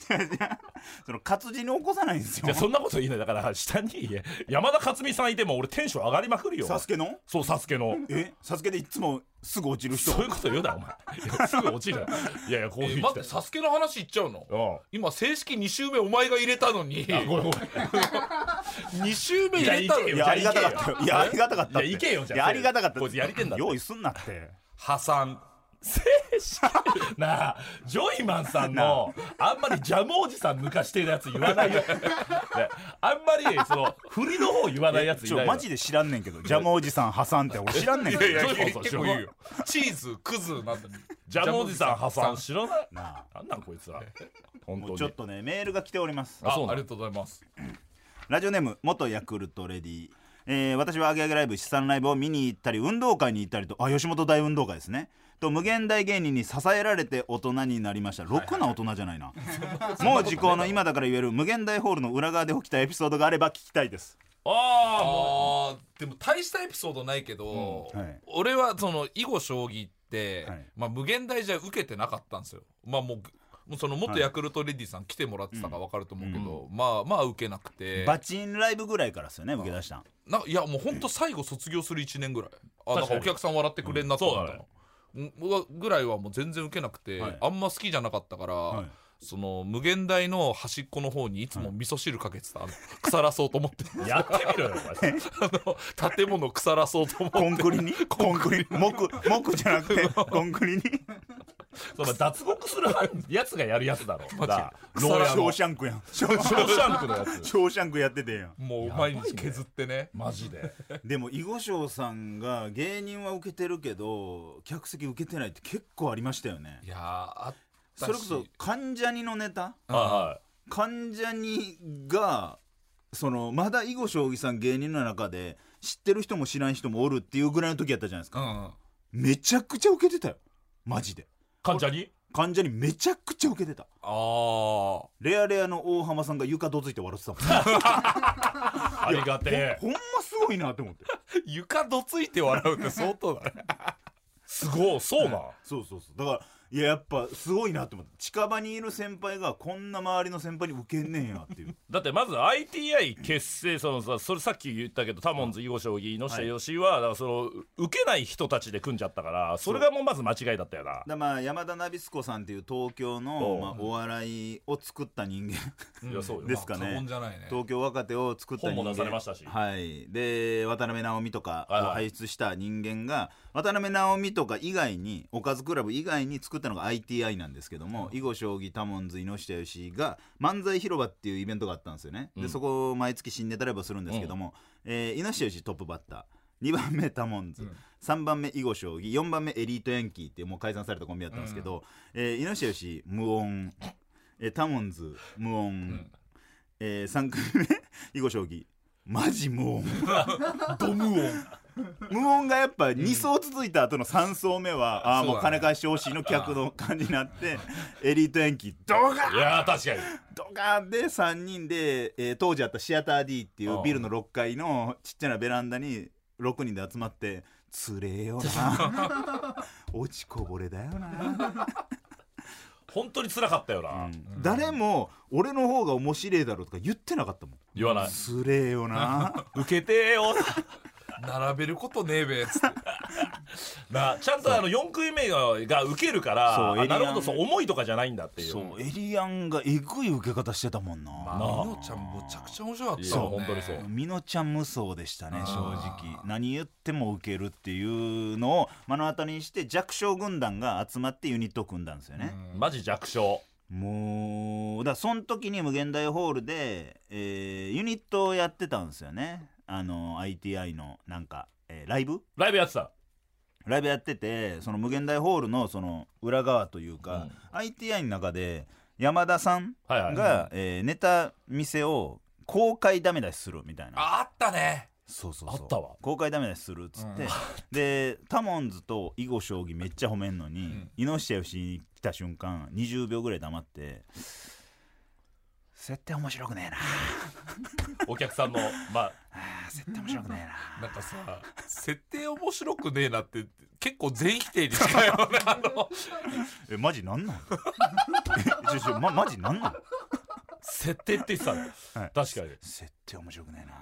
[SPEAKER 2] その活字に起こさないんです
[SPEAKER 3] い
[SPEAKER 2] よ
[SPEAKER 3] やそんなこと言いないだから下に山田勝美さんいても俺テンション上がりまくるよ
[SPEAKER 2] サスケの
[SPEAKER 3] そうサスケの
[SPEAKER 2] えサスケでいつもすぐ落ちる人
[SPEAKER 3] そういうこと言うなお前いやすぐ落ちるいやいやこう
[SPEAKER 4] え
[SPEAKER 3] いう
[SPEAKER 4] 待ってサスケの話いっちゃうの
[SPEAKER 3] うん
[SPEAKER 4] 今正式2周目お前が入れたのに
[SPEAKER 3] あごめんごめん
[SPEAKER 4] 2周目入れたの
[SPEAKER 3] い
[SPEAKER 2] い
[SPEAKER 4] に
[SPEAKER 2] やあり
[SPEAKER 3] じゃ
[SPEAKER 2] が
[SPEAKER 3] あ行け
[SPEAKER 2] た
[SPEAKER 3] よ
[SPEAKER 2] かったよいやありがたかったって
[SPEAKER 3] いや行けよじゃあ
[SPEAKER 2] いやありがたかった
[SPEAKER 3] こいつやりてんだって
[SPEAKER 2] 用意すんなって
[SPEAKER 4] 破産
[SPEAKER 3] 正 なあジョイマンさんのあんまりジャムおじさん抜かしてるやつ言わない よ、ねあんまりその振りの方言わないやつい
[SPEAKER 2] ち
[SPEAKER 3] ない
[SPEAKER 2] ょ
[SPEAKER 3] よ
[SPEAKER 2] マジで知らんねんけどジャムおじさん挟んって俺知らんねん
[SPEAKER 4] い
[SPEAKER 2] け
[SPEAKER 4] や
[SPEAKER 2] ど
[SPEAKER 4] いや
[SPEAKER 3] そうそうそう
[SPEAKER 4] 結構言うよチーズクズなんだ
[SPEAKER 3] ジャムおじさん破産知らない
[SPEAKER 2] な
[SPEAKER 3] なんなんこいつら本当
[SPEAKER 2] もう
[SPEAKER 3] に
[SPEAKER 2] ちょっとねメールが来ております
[SPEAKER 3] あ
[SPEAKER 4] あ
[SPEAKER 3] そうなの
[SPEAKER 4] ありがとうございます
[SPEAKER 2] ラジオネーム元ヤクルトレディ、えー私はアゲアゲライブ資産ライブを見に行ったり運動会に行ったりとあ吉本大運動会ですねと無限大芸人に支えられて大人になりましたろくな大人じゃない な、もう時効の今だから言える無限大ホールの裏側で起きたエピソードがあれば聞きたいです
[SPEAKER 3] ああも
[SPEAKER 4] あーでも大したエピソードないけど、
[SPEAKER 2] うんはい
[SPEAKER 4] 俺はその囲碁将棋って、
[SPEAKER 2] はい
[SPEAKER 4] まあ、無限大じゃ受けてなかったんですよまあもうもうその元ヤクルトレディさん来てもらってたから分かると思うけど、まあまあ受けなくて
[SPEAKER 2] バチンライブぐらいからですよね受け出したん
[SPEAKER 4] なんかいやもうほんと最後卒業する1年ぐらいあ
[SPEAKER 3] 確
[SPEAKER 4] なん
[SPEAKER 3] か
[SPEAKER 4] か
[SPEAKER 3] に
[SPEAKER 4] お客さん笑ってくれんなと思った
[SPEAKER 3] うんそ
[SPEAKER 4] の、うんうわぐらいはもう全然受けなくて、
[SPEAKER 2] はい
[SPEAKER 4] あんま好きじゃなかったから、
[SPEAKER 2] い
[SPEAKER 4] その無限大の端っこの方にいつも味噌汁かけてた、あの腐らそうと思って
[SPEAKER 3] うやってみろよお前
[SPEAKER 4] あの建物腐らそうと思って
[SPEAKER 2] コンクリに コンクリ木木じゃなく てコンクリに
[SPEAKER 3] その脱獄するやつがやるやつだろ
[SPEAKER 4] マジ
[SPEAKER 3] なあ
[SPEAKER 2] シ
[SPEAKER 3] 牢
[SPEAKER 2] ョ
[SPEAKER 3] 屋の
[SPEAKER 2] ー
[SPEAKER 3] シ
[SPEAKER 2] シャンクやんショ
[SPEAKER 3] ョーシャンクのやつ
[SPEAKER 2] ーシャンクやっててんやん
[SPEAKER 4] もう
[SPEAKER 3] やばい
[SPEAKER 4] 毎
[SPEAKER 3] ね
[SPEAKER 4] 日削ってね
[SPEAKER 3] マジで
[SPEAKER 2] でも囲碁将さんが芸人は受けてるけど客席受けてないって結構ありましたよね
[SPEAKER 4] いやーあっ
[SPEAKER 2] そ
[SPEAKER 4] たし
[SPEAKER 2] れこそ関ジャニのネタ
[SPEAKER 3] は
[SPEAKER 2] 関ジャニがそのまだ囲碁将棋さん芸人の中で知ってる人も知らん人もおるっていうぐらいの時やったじゃないです
[SPEAKER 4] う
[SPEAKER 2] か
[SPEAKER 4] ん
[SPEAKER 2] めちゃくちゃ受けてたよマジで
[SPEAKER 3] い患者に
[SPEAKER 2] 関ジャニめちゃくちゃ受けてた
[SPEAKER 4] あー
[SPEAKER 2] レアレアの大浜さんが床どついて笑ってたもん
[SPEAKER 3] ありがてえ
[SPEAKER 2] ほんますごいなって思って
[SPEAKER 4] 床どついて笑うって相当だね
[SPEAKER 3] すごいそうなん
[SPEAKER 2] そうそうそうだからいややっぱすごいなって思って近場にいる先輩がこんな周りの先輩に受けんねんやって いう
[SPEAKER 3] だってまず ITI 結成そのさそれさっき言ったけどタモンズ囲碁将棋の下吉井は、だからその受けない人たちで組んじゃったからそれがもうまず間違いだったよな
[SPEAKER 2] だまあ山田ナビスコさんっていう東京の
[SPEAKER 3] おう
[SPEAKER 2] まあ、お笑いを作った人間
[SPEAKER 3] いやそうよ
[SPEAKER 2] ですかね
[SPEAKER 4] 過言じゃないね
[SPEAKER 2] 東京若手を作った人間
[SPEAKER 3] 本も出されましたし
[SPEAKER 2] はい、で渡辺直美とかを
[SPEAKER 3] はいはい
[SPEAKER 2] 輩出した人間が、渡辺直美とか以外におかずクラブ以外に作ったのが ITI なんですけども囲碁将棋タモンズ井下義が漫才広場っていうイベントがあったんですよね、
[SPEAKER 3] う
[SPEAKER 2] で
[SPEAKER 3] ん
[SPEAKER 2] そこを毎月新ネタライブをするんですけども、えー井下義トップバッター2番目タモンズ、
[SPEAKER 4] うん
[SPEAKER 2] 3番目囲碁将棋4番目エリートヤンキーっていうもう解散されたコンビだったんですけど、えー井下義無音、えータモンズ無音、えー、3組目 囲碁将棋マジ無 音
[SPEAKER 4] ドム音
[SPEAKER 2] 無音がやっぱ2層続いた後の3層目は、ああー
[SPEAKER 4] そうだね
[SPEAKER 2] もう金返してほしいの客の感じになって エリートヤンキードガー
[SPEAKER 3] いやー確かに
[SPEAKER 2] ドガーで3人で、えー当時あったシアター D っていうビルの6階のちっちゃなベランダに6人で集まって「つれえよな 落ちこぼれだよな」
[SPEAKER 3] 本当に辛かったよ
[SPEAKER 2] う
[SPEAKER 3] な、
[SPEAKER 2] ん誰も「俺の方が面白いだろ」とか言ってなかったもん
[SPEAKER 3] 言わ
[SPEAKER 2] 「
[SPEAKER 3] ない
[SPEAKER 2] つれえよな」
[SPEAKER 3] 受けてーよ
[SPEAKER 4] 並べることねえべっつって
[SPEAKER 3] なちゃんとあの4組目がが受けるから
[SPEAKER 2] そうエ
[SPEAKER 3] あ
[SPEAKER 2] リア
[SPEAKER 3] な
[SPEAKER 2] ン
[SPEAKER 3] るほどそう重いとかじゃないんだっていう
[SPEAKER 2] そうエリアンがえぐい受け方してたもんな、
[SPEAKER 4] まあ、
[SPEAKER 3] なあ
[SPEAKER 4] みのちゃんむちゃくちゃ面白かったもんね
[SPEAKER 3] いや本当にそう
[SPEAKER 2] みのちゃん無双でしたね正
[SPEAKER 4] あー
[SPEAKER 2] 直何言っても受けるっていうのを目の当たりにして弱小軍団が集まってユニットを組んだんですよね、
[SPEAKER 4] うん
[SPEAKER 3] マジ弱小
[SPEAKER 2] もうだからその時に無限大ホールで、えーユニットをやってたんですよねあの ITI のなんか、えーライブ
[SPEAKER 3] ライブやってた
[SPEAKER 2] ライブやっててその無限大ホールのその裏側というか、ITI の中で山田さん
[SPEAKER 3] はいはい
[SPEAKER 2] が、えーネタ見せを公開ダメ出しするみたいな
[SPEAKER 4] ああったね
[SPEAKER 2] そうそう
[SPEAKER 3] あ
[SPEAKER 2] そう
[SPEAKER 3] ったわ
[SPEAKER 2] 公開ダメ出しするっつって、でタモンズと囲碁将棋めっちゃ褒めんのに、猪下義に来た瞬間20秒ぐらい黙って「設定面白くねえな
[SPEAKER 3] お客さんのまあ
[SPEAKER 2] あー設定面白くねえな」
[SPEAKER 4] なんかさ設定面白くねえなって結構全否定に近いよ ねあの
[SPEAKER 2] えマジなんなん えちょちょ、ま、マジなんなん
[SPEAKER 3] 設定って言ってたの、
[SPEAKER 2] はい
[SPEAKER 3] 確かに
[SPEAKER 2] 設定面白くねえな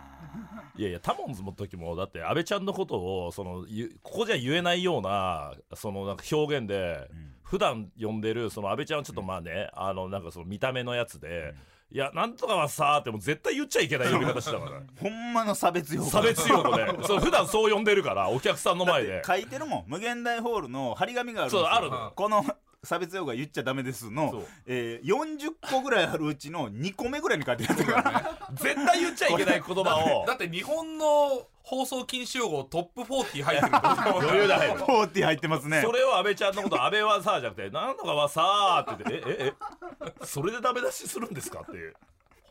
[SPEAKER 2] い
[SPEAKER 3] やいやタモンズの時もだって安倍ちゃんのことをそのゆここじゃ言えないようなそのなんか表現で、
[SPEAKER 2] ん
[SPEAKER 3] 普段呼んでるその安倍ちゃんはちょっとまあね、あのなんかその見た目のやつで、いやなんとかはさーってもう絶対言っちゃいけない呼び方してたからね
[SPEAKER 2] ほんまの差別用語
[SPEAKER 3] 差別用語でそう普段そう呼んでるからお客さんの前で
[SPEAKER 2] 書いてるもん無限大ホールの張り紙があるんですよ
[SPEAKER 3] そうある
[SPEAKER 4] の
[SPEAKER 2] この差別用語は言っちゃダメです
[SPEAKER 3] そ
[SPEAKER 2] の
[SPEAKER 3] う、
[SPEAKER 2] えー、40個ぐらいあるうちの2個目ぐらいに書いてある から
[SPEAKER 3] 絶対言っちゃいけない言葉を
[SPEAKER 4] だって日本の放送禁止用語トップ40入ってると
[SPEAKER 3] 余裕だよ
[SPEAKER 2] 40入ってますね
[SPEAKER 3] それを安倍ちゃんのこと安倍はさーじゃなくてなんとかはさーって言ってえええそれでダメ出しするんですかっていう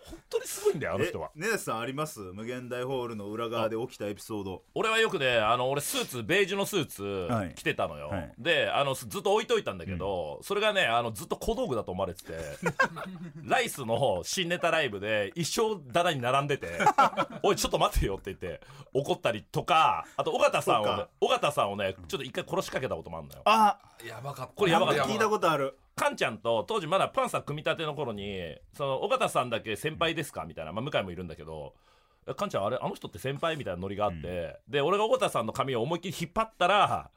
[SPEAKER 3] 本当にすごいんだよあの
[SPEAKER 2] え
[SPEAKER 3] 人は
[SPEAKER 2] ねえさんあります無限大ホールの裏側で起きたエピソード
[SPEAKER 3] 俺はよくねあの俺スーツベージュのス
[SPEAKER 2] は
[SPEAKER 3] ー
[SPEAKER 2] い
[SPEAKER 3] ツ着てたのよ、
[SPEAKER 2] はい
[SPEAKER 3] であのずっと置いといたんだけど、それがねあのずっと小道具だと思われて てライスの新ネタライブで一生棚に並んでて「おいちょっと待てよ」って言って怒ったりとかあと尾形さんを
[SPEAKER 2] そう
[SPEAKER 3] ね
[SPEAKER 2] か
[SPEAKER 3] 尾形さんをねちょっと一回殺しかけたこともあるのよ
[SPEAKER 2] あ
[SPEAKER 4] やばかった
[SPEAKER 3] これやばかった
[SPEAKER 2] 聞いたことある
[SPEAKER 3] カンちゃんと当時まだパンサー組み立ての頃にその尾形さんだけ先輩ですかみたいな、まあ、向井もいるんだけどえカンちゃんあれあの人って先輩みたいなノリがあって、で俺が尾形さんの髪を思いっきり引っ張ったら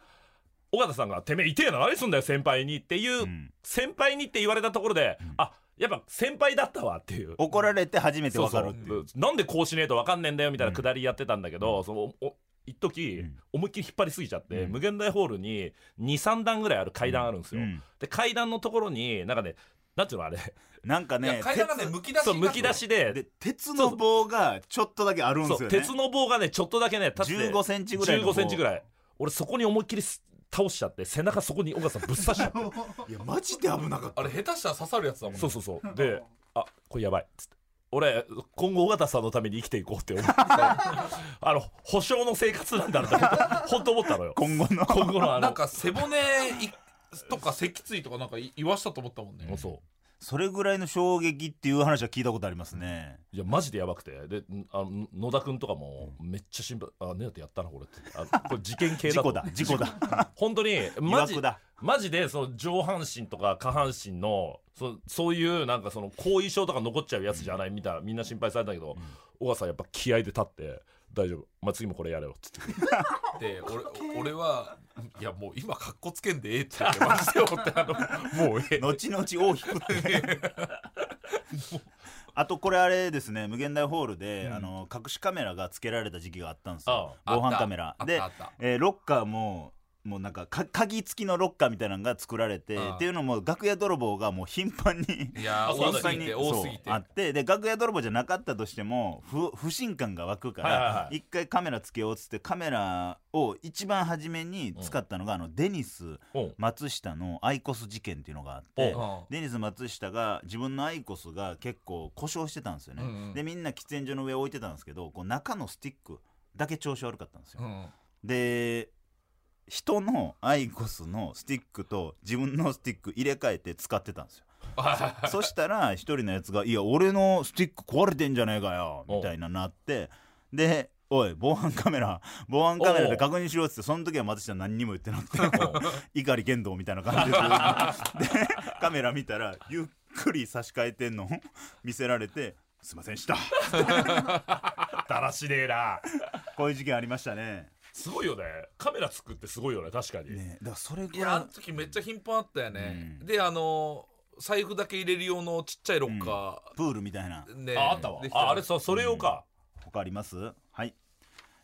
[SPEAKER 3] 尾形さんが「てめえ痛えな何すんだよ先輩に」っていう、
[SPEAKER 2] ん
[SPEAKER 3] 先輩にって言われたところで、あやっぱ先輩だったわっていう。
[SPEAKER 2] 怒られて初めて
[SPEAKER 3] そう
[SPEAKER 2] わ
[SPEAKER 3] そ
[SPEAKER 2] か
[SPEAKER 3] う
[SPEAKER 2] るっていう
[SPEAKER 3] なんでこうしねえとわかんねえんだよみたいなくだりやってたんだけど、そのお一時、
[SPEAKER 2] ん
[SPEAKER 3] 思いっきり引っ張りすぎちゃって、
[SPEAKER 2] うん
[SPEAKER 3] 無限大ホールに23段ぐらいある階段あるんですよ、
[SPEAKER 2] うん
[SPEAKER 3] で階段のところになんかねなんていうのあれ
[SPEAKER 2] なんか
[SPEAKER 4] いや
[SPEAKER 2] ね
[SPEAKER 4] 階段がねむき出し
[SPEAKER 3] そうむき出しで
[SPEAKER 2] 鉄で鉄の棒がちょっとだけあるんです
[SPEAKER 3] そ
[SPEAKER 2] よ
[SPEAKER 3] う
[SPEAKER 2] ね
[SPEAKER 3] 鉄の棒がねちょっとだけね立って
[SPEAKER 2] 15センチぐらいの棒
[SPEAKER 3] 15センチぐらい俺そこに思いっきりす倒しちゃって背中そこに岡さんぶっ刺しちゃって
[SPEAKER 2] いやマジで危なかった
[SPEAKER 4] あれ下手したら刺さるやつだもんね
[SPEAKER 3] そうそうそうであこれやばいっつって俺今後尾形さんのために生きていこうって 思ってあの保証の生活なんだろうな本当思ったのよ
[SPEAKER 2] 今後の
[SPEAKER 3] 今後のあ
[SPEAKER 4] なん
[SPEAKER 3] の
[SPEAKER 4] か背骨いとか脊椎とかなんかい言わしたと思ったもんね
[SPEAKER 3] もうそう
[SPEAKER 2] それぐらいの衝撃っていう話は聞いたことありますね
[SPEAKER 3] いやマジでやばくてでんあの野田君とかもめっちゃ心配あねだってやったなこれってあこれ事件系
[SPEAKER 2] 事
[SPEAKER 3] だと
[SPEAKER 2] 故だ事故だ
[SPEAKER 3] 本当に
[SPEAKER 2] 疑
[SPEAKER 3] マジ
[SPEAKER 2] 惑だ
[SPEAKER 3] マジでその上半身とか下半身のそそういうなんかその後遺症とか残っちゃうやつじゃないみたいなみんな心配されたけど、小川さんやっぱ気合で立って大丈夫、まあ、次もこれやれよって 言って
[SPEAKER 4] で俺俺はいやもう今かっこつけんでええって言って ましたよってあのもうええ
[SPEAKER 2] 後々大きくって あとこれあれですね無限大ホールで、あの隠しカメラがつけられた時期があったんですよ
[SPEAKER 4] あ
[SPEAKER 2] 防犯カメラ
[SPEAKER 4] あった
[SPEAKER 2] で
[SPEAKER 4] あったあった、
[SPEAKER 2] えーロッカーももうなんかか鍵付きのロッカーみたいなのが作られて
[SPEAKER 4] ああ
[SPEAKER 2] っていうのも楽屋泥棒がもう頻繁に
[SPEAKER 4] いや
[SPEAKER 3] あそう
[SPEAKER 4] 多
[SPEAKER 3] だ
[SPEAKER 4] すぎて
[SPEAKER 2] そう
[SPEAKER 4] 多すぎて
[SPEAKER 2] あってで楽屋泥棒じゃなかったとしても不不信感が湧くから、
[SPEAKER 3] はいはいはい
[SPEAKER 2] 一回カメラつけようっつってカメラを一番初めに使ったのが、あのデニス
[SPEAKER 3] うん
[SPEAKER 2] 松下のアイコス事件っていうのがあって、
[SPEAKER 3] うん
[SPEAKER 2] デニス松下が自分のアイコスが結構故障してたんですよね、
[SPEAKER 4] うんうん
[SPEAKER 2] でみんな喫煙所の上置いてたんですけどこう中のスティックだけ調子悪かったんですよ、
[SPEAKER 4] うん
[SPEAKER 2] で人のアイコスのスティックと自分のスティック入れ替えて使ってたんです よそしたら一人のやつが「いや俺のスティック壊れてんじゃねえかよ」みたいななってで「おい防犯カメラ防犯カメラで確認しろ」っつってその時は松下何にも言ってなくて「碇剣道」みたいな感じ ででカメラ見たらゆっくり差し替えてんのを 見せられて「すいませんでした
[SPEAKER 3] だらしねえな
[SPEAKER 2] こういう事件ありましたね」
[SPEAKER 3] すごいよねカメラ作ってすごいよね確かに、
[SPEAKER 2] ねだからそれ
[SPEAKER 4] い
[SPEAKER 2] ぐ
[SPEAKER 4] やあの
[SPEAKER 2] ら
[SPEAKER 4] 時めっちゃ頻繁あったよね、
[SPEAKER 2] う
[SPEAKER 4] であの財布だけ入れる用のちっちゃいロッカ
[SPEAKER 2] いプールみたいな
[SPEAKER 4] ー、ね
[SPEAKER 3] ああったわ
[SPEAKER 4] できたよ
[SPEAKER 3] ああれそそれをか、
[SPEAKER 2] 他ありますはい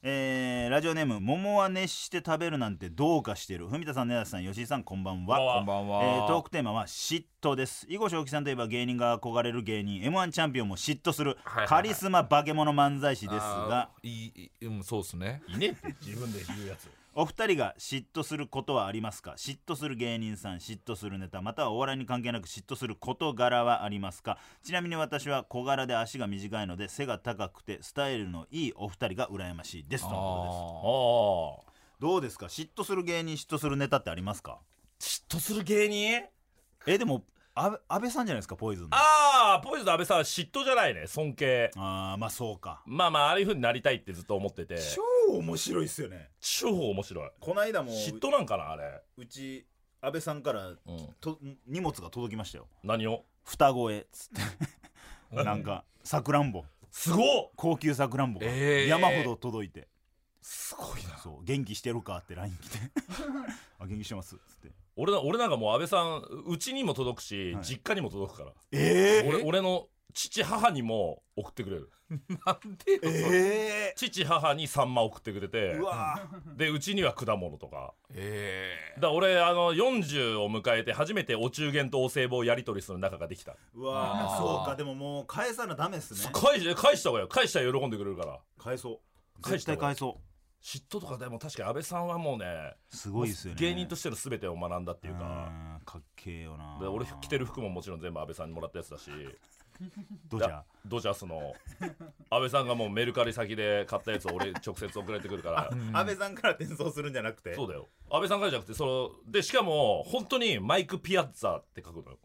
[SPEAKER 2] えー、ラジオネーム「桃は熱して食べるなんてどうかしてる」文田さん根田さん吉井さんこんばんは
[SPEAKER 3] こんばんは
[SPEAKER 4] こんばん
[SPEAKER 2] え
[SPEAKER 4] は、
[SPEAKER 2] ートークテーマは嫉妬です囲碁将棋さんといえば芸人が憧れる芸人 m 1チャンピオンも嫉妬する
[SPEAKER 4] はいはい
[SPEAKER 2] カリスマ化け物漫才師ですが
[SPEAKER 4] あーいいいいうんそうですね
[SPEAKER 3] いねえって自分で言う やつ
[SPEAKER 2] お二人が嫉妬することはありますか嫉妬する芸人さん嫉妬するネタまたはお笑いに関係なく嫉妬する事柄はありますかちなみに私は小柄で足が短いので背が高くてスタイルのいいお二人が羨ましいですとのことです
[SPEAKER 3] あ
[SPEAKER 4] あ
[SPEAKER 3] あ
[SPEAKER 2] どうですか嫉妬する芸人嫉妬するネタってありますか
[SPEAKER 3] 嫉妬する芸人
[SPEAKER 2] えでも安倍安倍さんじゃないですかポイズンのあ
[SPEAKER 3] ああポイズン安倍さんは嫉妬じゃないね尊敬
[SPEAKER 2] あーまあそうか
[SPEAKER 3] まあまあああいうふうになりたいってずっと思ってて
[SPEAKER 2] 面白いっすよね
[SPEAKER 3] 超面白い
[SPEAKER 2] この間も
[SPEAKER 3] 嫉妬なんかなあれ、
[SPEAKER 2] うち安倍さんから
[SPEAKER 3] うん、
[SPEAKER 2] と荷物が届きましたよ
[SPEAKER 3] 何を
[SPEAKER 2] 双子へっつってなんかさくらんぼ
[SPEAKER 3] すごっ
[SPEAKER 2] 高級さくらんぼが
[SPEAKER 4] えー
[SPEAKER 2] 山ほど届いて、
[SPEAKER 3] すごいな
[SPEAKER 2] そう元気してるかって LINE 来てあ元気してますっつって
[SPEAKER 3] 俺な俺なんかもう安倍さんうちにも届くし、
[SPEAKER 2] はい
[SPEAKER 3] 実家にも届くから
[SPEAKER 2] え
[SPEAKER 3] 俺俺の父母にも送ってくれる
[SPEAKER 2] え
[SPEAKER 3] 父母にサンマ送ってくれて
[SPEAKER 2] えうわ
[SPEAKER 3] でうちには果物とか
[SPEAKER 4] え
[SPEAKER 3] だから俺あの40を迎えて初めてお中元とお歳暮をやり取りする仲ができた
[SPEAKER 2] うわ
[SPEAKER 4] あー
[SPEAKER 2] そうかでももう返さなダメですね
[SPEAKER 3] 返し返した方がよ返したら喜んでくれるから
[SPEAKER 2] 返そう
[SPEAKER 3] 返
[SPEAKER 2] 絶
[SPEAKER 3] した
[SPEAKER 2] 対
[SPEAKER 3] 方が
[SPEAKER 2] 返そ
[SPEAKER 3] 嫉妬とかでも確かに安倍さんはもうね
[SPEAKER 2] うすごいですよね
[SPEAKER 3] 芸人と
[SPEAKER 2] し
[SPEAKER 3] しての全てを学んだっていうか
[SPEAKER 2] かっけえよな
[SPEAKER 3] で俺着てる服ももちろん全部安倍さんにもらったやつだし
[SPEAKER 2] どうじゃ
[SPEAKER 3] ドジャースの安倍さんがもうメルカリ先で買ったやつを俺直接送られてくるから
[SPEAKER 2] 安倍さんから転送するんじゃなくて
[SPEAKER 3] そうだよ安倍さんからじゃなくてそのでしかも本当にマイク・ピアッツァって書くのよ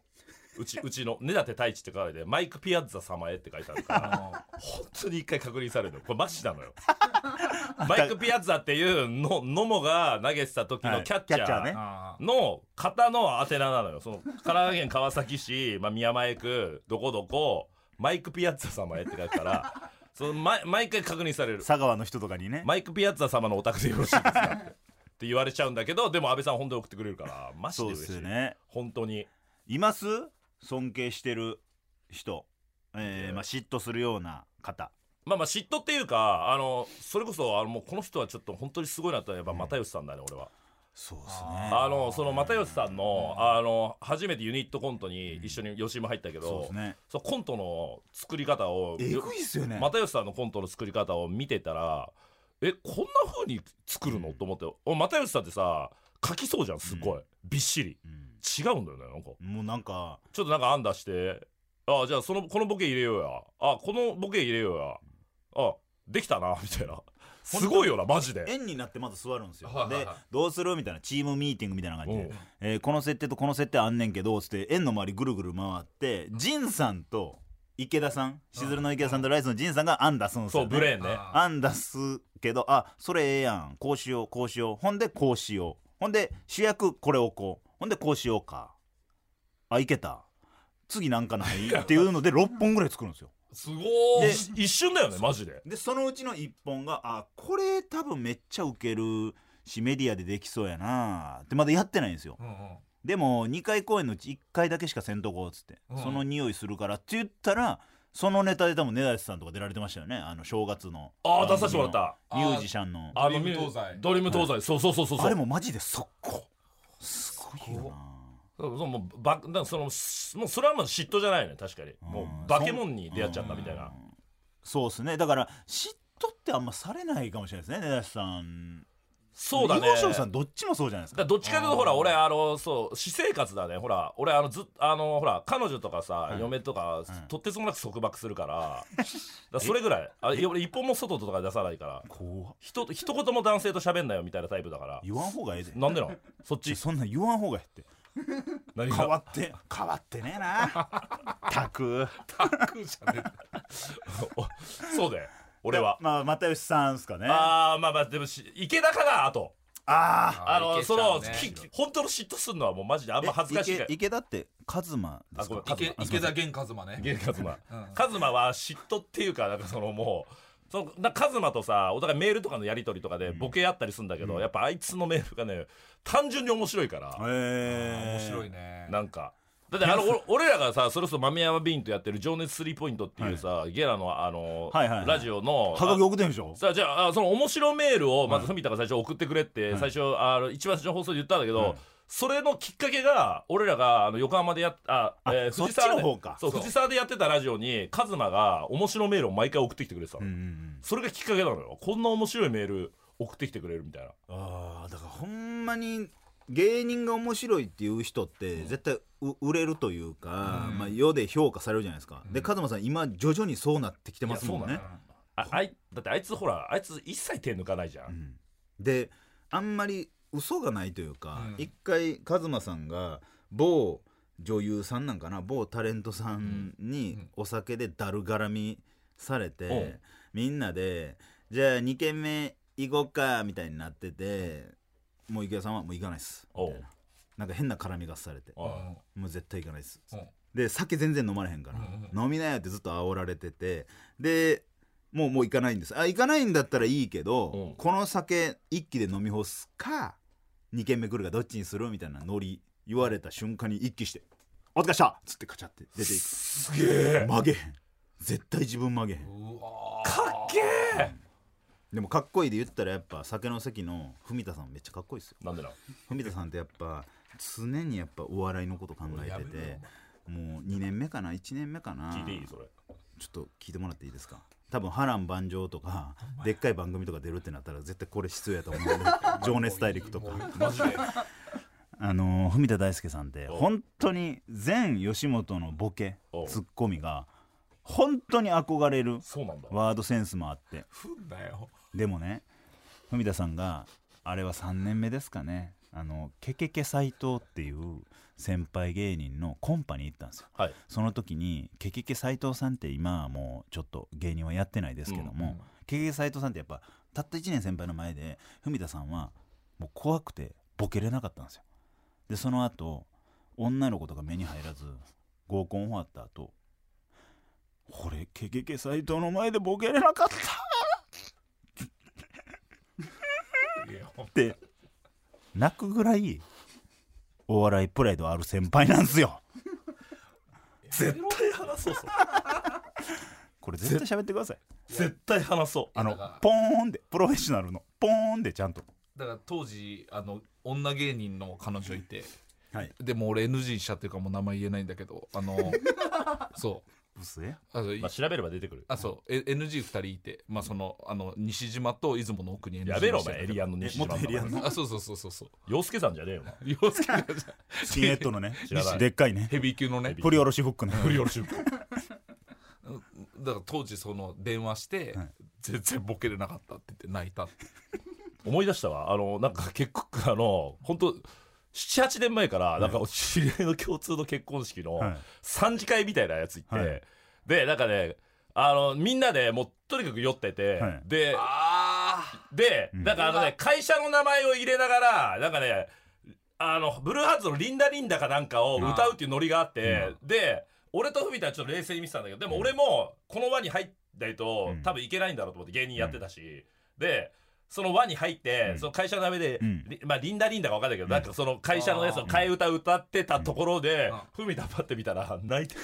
[SPEAKER 3] うちうちの根建太一って書かれてマイク・ピアッツァ様へって書いてあるから本当に一回確認されるのよこれマジなの よマイク・ピアッツァっていうの野茂が投げてた時
[SPEAKER 2] は
[SPEAKER 3] の
[SPEAKER 2] い
[SPEAKER 3] キャッチャー,、
[SPEAKER 2] キャッチャーね
[SPEAKER 4] あ
[SPEAKER 3] の方の宛名なのよその神奈川県川崎市、まあ、宮前区どこどこマイク・ピアッツァ様へって書くから その毎毎回確認される
[SPEAKER 2] 佐川の人とかにね
[SPEAKER 3] マイク・ピアッツァ様のお宅でよろしいですか ってって言われちゃうんだけどでも安倍さん本当に送ってくれるからマジ
[SPEAKER 2] そ
[SPEAKER 3] で
[SPEAKER 2] うで
[SPEAKER 3] 嬉しい
[SPEAKER 2] すよね
[SPEAKER 3] 本当に
[SPEAKER 2] います尊敬してる人えーまあ嫉妬するような方
[SPEAKER 3] まあまあ嫉妬っていうかあのそれこそあのもうこの人はちょっと本当にすごいなとやっぱ又吉さんだね、俺は
[SPEAKER 2] そうで
[SPEAKER 3] あのその又吉さんのあの初めてユニットコントに一緒に吉井も入ったけ
[SPEAKER 2] そうで
[SPEAKER 3] ど
[SPEAKER 2] すね
[SPEAKER 3] そうコントの作り方を
[SPEAKER 2] えぐいっすよね
[SPEAKER 3] 又吉さんのコントの作り方を見てたらえこんな風に作るの、と思ってお又吉さんってさ書きそうじゃんすごい、びっしり
[SPEAKER 2] うん
[SPEAKER 3] 違うんだよねなんか
[SPEAKER 2] もうなんか
[SPEAKER 3] ちょっとなんか案出して、あじゃあその、このボケ入れようや。あこのボケ入れようや。あできたな、みたいな。すごいよな、マジで。
[SPEAKER 2] 円になってまず座るんですよ
[SPEAKER 4] はいはい
[SPEAKER 2] で
[SPEAKER 4] はい
[SPEAKER 2] どうするみたいなチームミーティングみたいな感じ
[SPEAKER 3] う
[SPEAKER 2] で
[SPEAKER 3] ん
[SPEAKER 2] えーこの設定とこの設定あんねんけどつって円の周りぐるぐる回って仁さんと池田さんしずるの池田さんとライスの仁さんが案出すんです
[SPEAKER 3] そ
[SPEAKER 2] よ、
[SPEAKER 3] う、
[SPEAKER 2] ね、
[SPEAKER 3] ブレーンね。
[SPEAKER 4] あ
[SPEAKER 2] 案出すけどあそれええやんこうしようこうしようほんでこうしようほんで主役これをこうほんでこうしようかあいけた次なんかないっていうので6本ぐらい作るんですよ
[SPEAKER 4] すご
[SPEAKER 3] で
[SPEAKER 4] い
[SPEAKER 3] 一瞬だよね、マジで。
[SPEAKER 2] でそのうちの1本があこれ多分めっちゃウケるしメディアでできそうやなってまだやってないんですよ
[SPEAKER 4] うんうん
[SPEAKER 2] でも2回公演のうち1回だけしかせんとこうっつって、
[SPEAKER 4] うん
[SPEAKER 2] その匂いするからって言ったらそのネタで多分根立さんとか出られてましたよねあの正月の
[SPEAKER 3] ああ、出させてもらった。
[SPEAKER 2] ミュージシャンの
[SPEAKER 3] あ
[SPEAKER 4] ドリーム
[SPEAKER 3] み
[SPEAKER 4] 東西
[SPEAKER 3] ドリーム東西。そうそうそうそうそう。
[SPEAKER 2] あれもマジで速攻すごいよ
[SPEAKER 3] そうそうもうばだからそのすもうそれはもう嫉妬じゃないよね、確かに。
[SPEAKER 2] な
[SPEAKER 3] も
[SPEAKER 2] ん
[SPEAKER 3] う、化け物に出会っちゃったみたい
[SPEAKER 2] う。
[SPEAKER 3] な
[SPEAKER 2] んそうですねだから嫉妬ってあんまされないかもしれないですね根立さん
[SPEAKER 3] そうだね。
[SPEAKER 2] 洋翔さんどっちもそうじゃないですか
[SPEAKER 3] だか
[SPEAKER 2] ら
[SPEAKER 3] どっちかというとほら俺あのそう私生活だねほら俺あのずっあのほら彼女とかさ、嫁とか、とってつもなく束縛するから だからそれぐらいあいや俺一本も外とか出さないから
[SPEAKER 2] 怖っ
[SPEAKER 3] ひと一言も男性と喋んなよみたいなタイプだから
[SPEAKER 2] 言わん方がええで
[SPEAKER 3] なんでなんそっち
[SPEAKER 2] そんなん言わん方がええって
[SPEAKER 3] 何
[SPEAKER 2] 変わ
[SPEAKER 3] が
[SPEAKER 2] って変わってねえなたく
[SPEAKER 4] タックじゃね
[SPEAKER 3] そうだよ俺は。
[SPEAKER 2] まあ又吉さんですかねあ
[SPEAKER 3] あーまあまあでもし池田かなあと
[SPEAKER 2] あー
[SPEAKER 4] あ
[SPEAKER 3] あの、その、き
[SPEAKER 4] き
[SPEAKER 3] 本当の嫉妬するのはもうマジであんま恥ずかしいから
[SPEAKER 2] え池池田ってカズマですか
[SPEAKER 3] あごめん
[SPEAKER 4] 池池田源一馬ね
[SPEAKER 3] ゲカズマ。カズマは嫉妬っていうか、なんかそのもう、そのなカズマとさ、お互いメールとかのやり取りとかでボケあったりするんだけど、やっぱあいつのメールがね、単純に面白いから、
[SPEAKER 2] へ
[SPEAKER 4] 面
[SPEAKER 2] え
[SPEAKER 4] 白いね
[SPEAKER 3] なんか。だってあのお俺らがさそれこそ豆山ビーンとやってる「情熱スリーポイント」っていうさ、ゲラのあの、
[SPEAKER 2] はいはいはい
[SPEAKER 3] ラジオの
[SPEAKER 2] はがき送ってんでしょ
[SPEAKER 3] さあじゃああその面白メールをまず文田が最初送ってくれって、最初あの一番最初の放送で言ったんだけど、それのきっかけが俺らがあの横浜でやっあ、
[SPEAKER 2] あ
[SPEAKER 3] えー
[SPEAKER 2] そっち
[SPEAKER 3] 藤沢で
[SPEAKER 2] の方か
[SPEAKER 3] そう
[SPEAKER 4] そう
[SPEAKER 3] 藤沢でやってたラジオにカズマが面白メールを毎回送ってきてくれてたの、
[SPEAKER 2] うんうんうん
[SPEAKER 3] それがきっかけなのよこんな面白いメール送ってきてくれるみたいな
[SPEAKER 2] あーだからほんまに芸人が面白いっていう人って絶対う売れるというか、まあ、世で評価されるじゃないですか、でカズマさん今徐々にそうなってきてますもん
[SPEAKER 3] いや
[SPEAKER 2] ね
[SPEAKER 3] そうなのよああいだってあいつほらあいつ一切手抜かないじゃん、
[SPEAKER 2] であんまり嘘がないというか
[SPEAKER 4] うん
[SPEAKER 2] 一、回カズマさんが某女優さんなんかな某タレントさんにお酒でだるがらみされて、
[SPEAKER 3] うん
[SPEAKER 2] みんなで「じゃあ2軒目行こうか」みたいになってて、もう池田さんは「もう行かないっす」
[SPEAKER 3] おう
[SPEAKER 2] みたいななんか変な絡みがされて「
[SPEAKER 3] おう
[SPEAKER 2] もう絶対行かないっす」
[SPEAKER 4] うん
[SPEAKER 2] で酒全然飲まれへんから「飲みなよ」ってずっと煽られててでもうもう行かないんですあ行かないんだったらいいけど、
[SPEAKER 3] うん
[SPEAKER 2] この酒一気で飲み干すか2軒目来るかどっちにするみたいなノリ言われた瞬間に一気してお疲れっしたつってカチャって出ていく
[SPEAKER 3] すげえ
[SPEAKER 2] 曲げへん絶対自分曲げへん
[SPEAKER 3] かっけえ
[SPEAKER 2] でもかっこいいで言ったらやっぱ酒の席の文田さんめっちゃかっこいいですよ
[SPEAKER 3] なんでな
[SPEAKER 2] 文田さんってやっぱ常にやっぱお笑いのこと考えててもう2年目かな1年目かな
[SPEAKER 3] 聞いていいそ
[SPEAKER 2] ち
[SPEAKER 3] れ
[SPEAKER 2] ょっと聞いてもらっていいですか多分波乱万丈とかでっかい番組とか出るってなったら絶対これ必要やと思う 情熱大陸とか
[SPEAKER 4] マジで
[SPEAKER 2] あのー文田大輔さんって本当に全吉本のボケ
[SPEAKER 3] おう
[SPEAKER 2] ツッコミが本当に憧れる
[SPEAKER 3] そうなんだ
[SPEAKER 2] ワードセンスもあって
[SPEAKER 4] ふんだよ
[SPEAKER 2] でもね文田さんがあれは3年目ですかねあのケケケ斎藤っていう先輩芸人のコンパに行ったんですよ
[SPEAKER 3] はい
[SPEAKER 2] その時にケケケ斎藤さんって今はもうちょっと芸人はやってないですけども、ケケケ斎藤さんってやっぱたった1年先輩の前で文田さんはもう怖くてボケれなかったんですよでその後女の子とか目に入らず合コン終わった後俺ケケケ斎藤の前でボケれなかった
[SPEAKER 4] いや
[SPEAKER 2] って泣くぐらいお笑いプライドある先輩なんですよ
[SPEAKER 3] 絶対話そうそう
[SPEAKER 2] これ絶対喋ってください
[SPEAKER 3] 絶対話そう
[SPEAKER 2] あの
[SPEAKER 4] だから
[SPEAKER 2] ポーンでプロフェッショナルのポーンでちゃんと
[SPEAKER 4] だから当時あの女芸人の彼女いて
[SPEAKER 2] はい
[SPEAKER 4] でも俺 NG しちゃってるからもう名前言えないんだけどあのそう
[SPEAKER 2] うせえ
[SPEAKER 4] あのい
[SPEAKER 3] まあ調べれば出てくる
[SPEAKER 4] あそう NG2 人いて、まあ、そのあの西島と出雲の奥に NG
[SPEAKER 3] やめろお
[SPEAKER 4] してる
[SPEAKER 3] 前エリアンの西島
[SPEAKER 2] 元エリアンの
[SPEAKER 4] あそうそうそうそうそう
[SPEAKER 3] 洋介さんじゃねえよお前
[SPEAKER 4] 洋介が
[SPEAKER 2] スキンヘッドのね
[SPEAKER 3] 知らない
[SPEAKER 2] でっかいね
[SPEAKER 4] ヘビー級のね
[SPEAKER 2] 振り下ろしフックね
[SPEAKER 4] 振り下ろし部だから当時その電話して、
[SPEAKER 2] はい
[SPEAKER 4] 全然ボケれなかったって言って泣いたって
[SPEAKER 3] 思い出したわあのなんか結局あの本当78年前からなんか知り合いの共通の結婚式の
[SPEAKER 2] はい
[SPEAKER 3] 3次会みたいなやつ行って、
[SPEAKER 2] はい
[SPEAKER 3] でなんかねあのみんなでもうとにかく酔ってて、
[SPEAKER 2] はい
[SPEAKER 3] で
[SPEAKER 4] あ
[SPEAKER 3] で、
[SPEAKER 2] うん
[SPEAKER 3] なんかあのね会社の名前を入れながらなんかねあのブルーハーツの「リンダリンダ」かなんかを歌うっていうノリがあって、で俺と文田はちょっと冷静に見てたんだけどでも俺もこの輪に入ってないと、
[SPEAKER 2] うん
[SPEAKER 3] 多分いけないんだろうと思って芸人やってたし、でその輪に入って、
[SPEAKER 2] うん
[SPEAKER 3] その会社の名前で、
[SPEAKER 2] うん
[SPEAKER 3] りまあ、リンダリンダか分かんないけど、なんかその会社のやつの替え歌歌ってたところで、文田パって見たら泣いて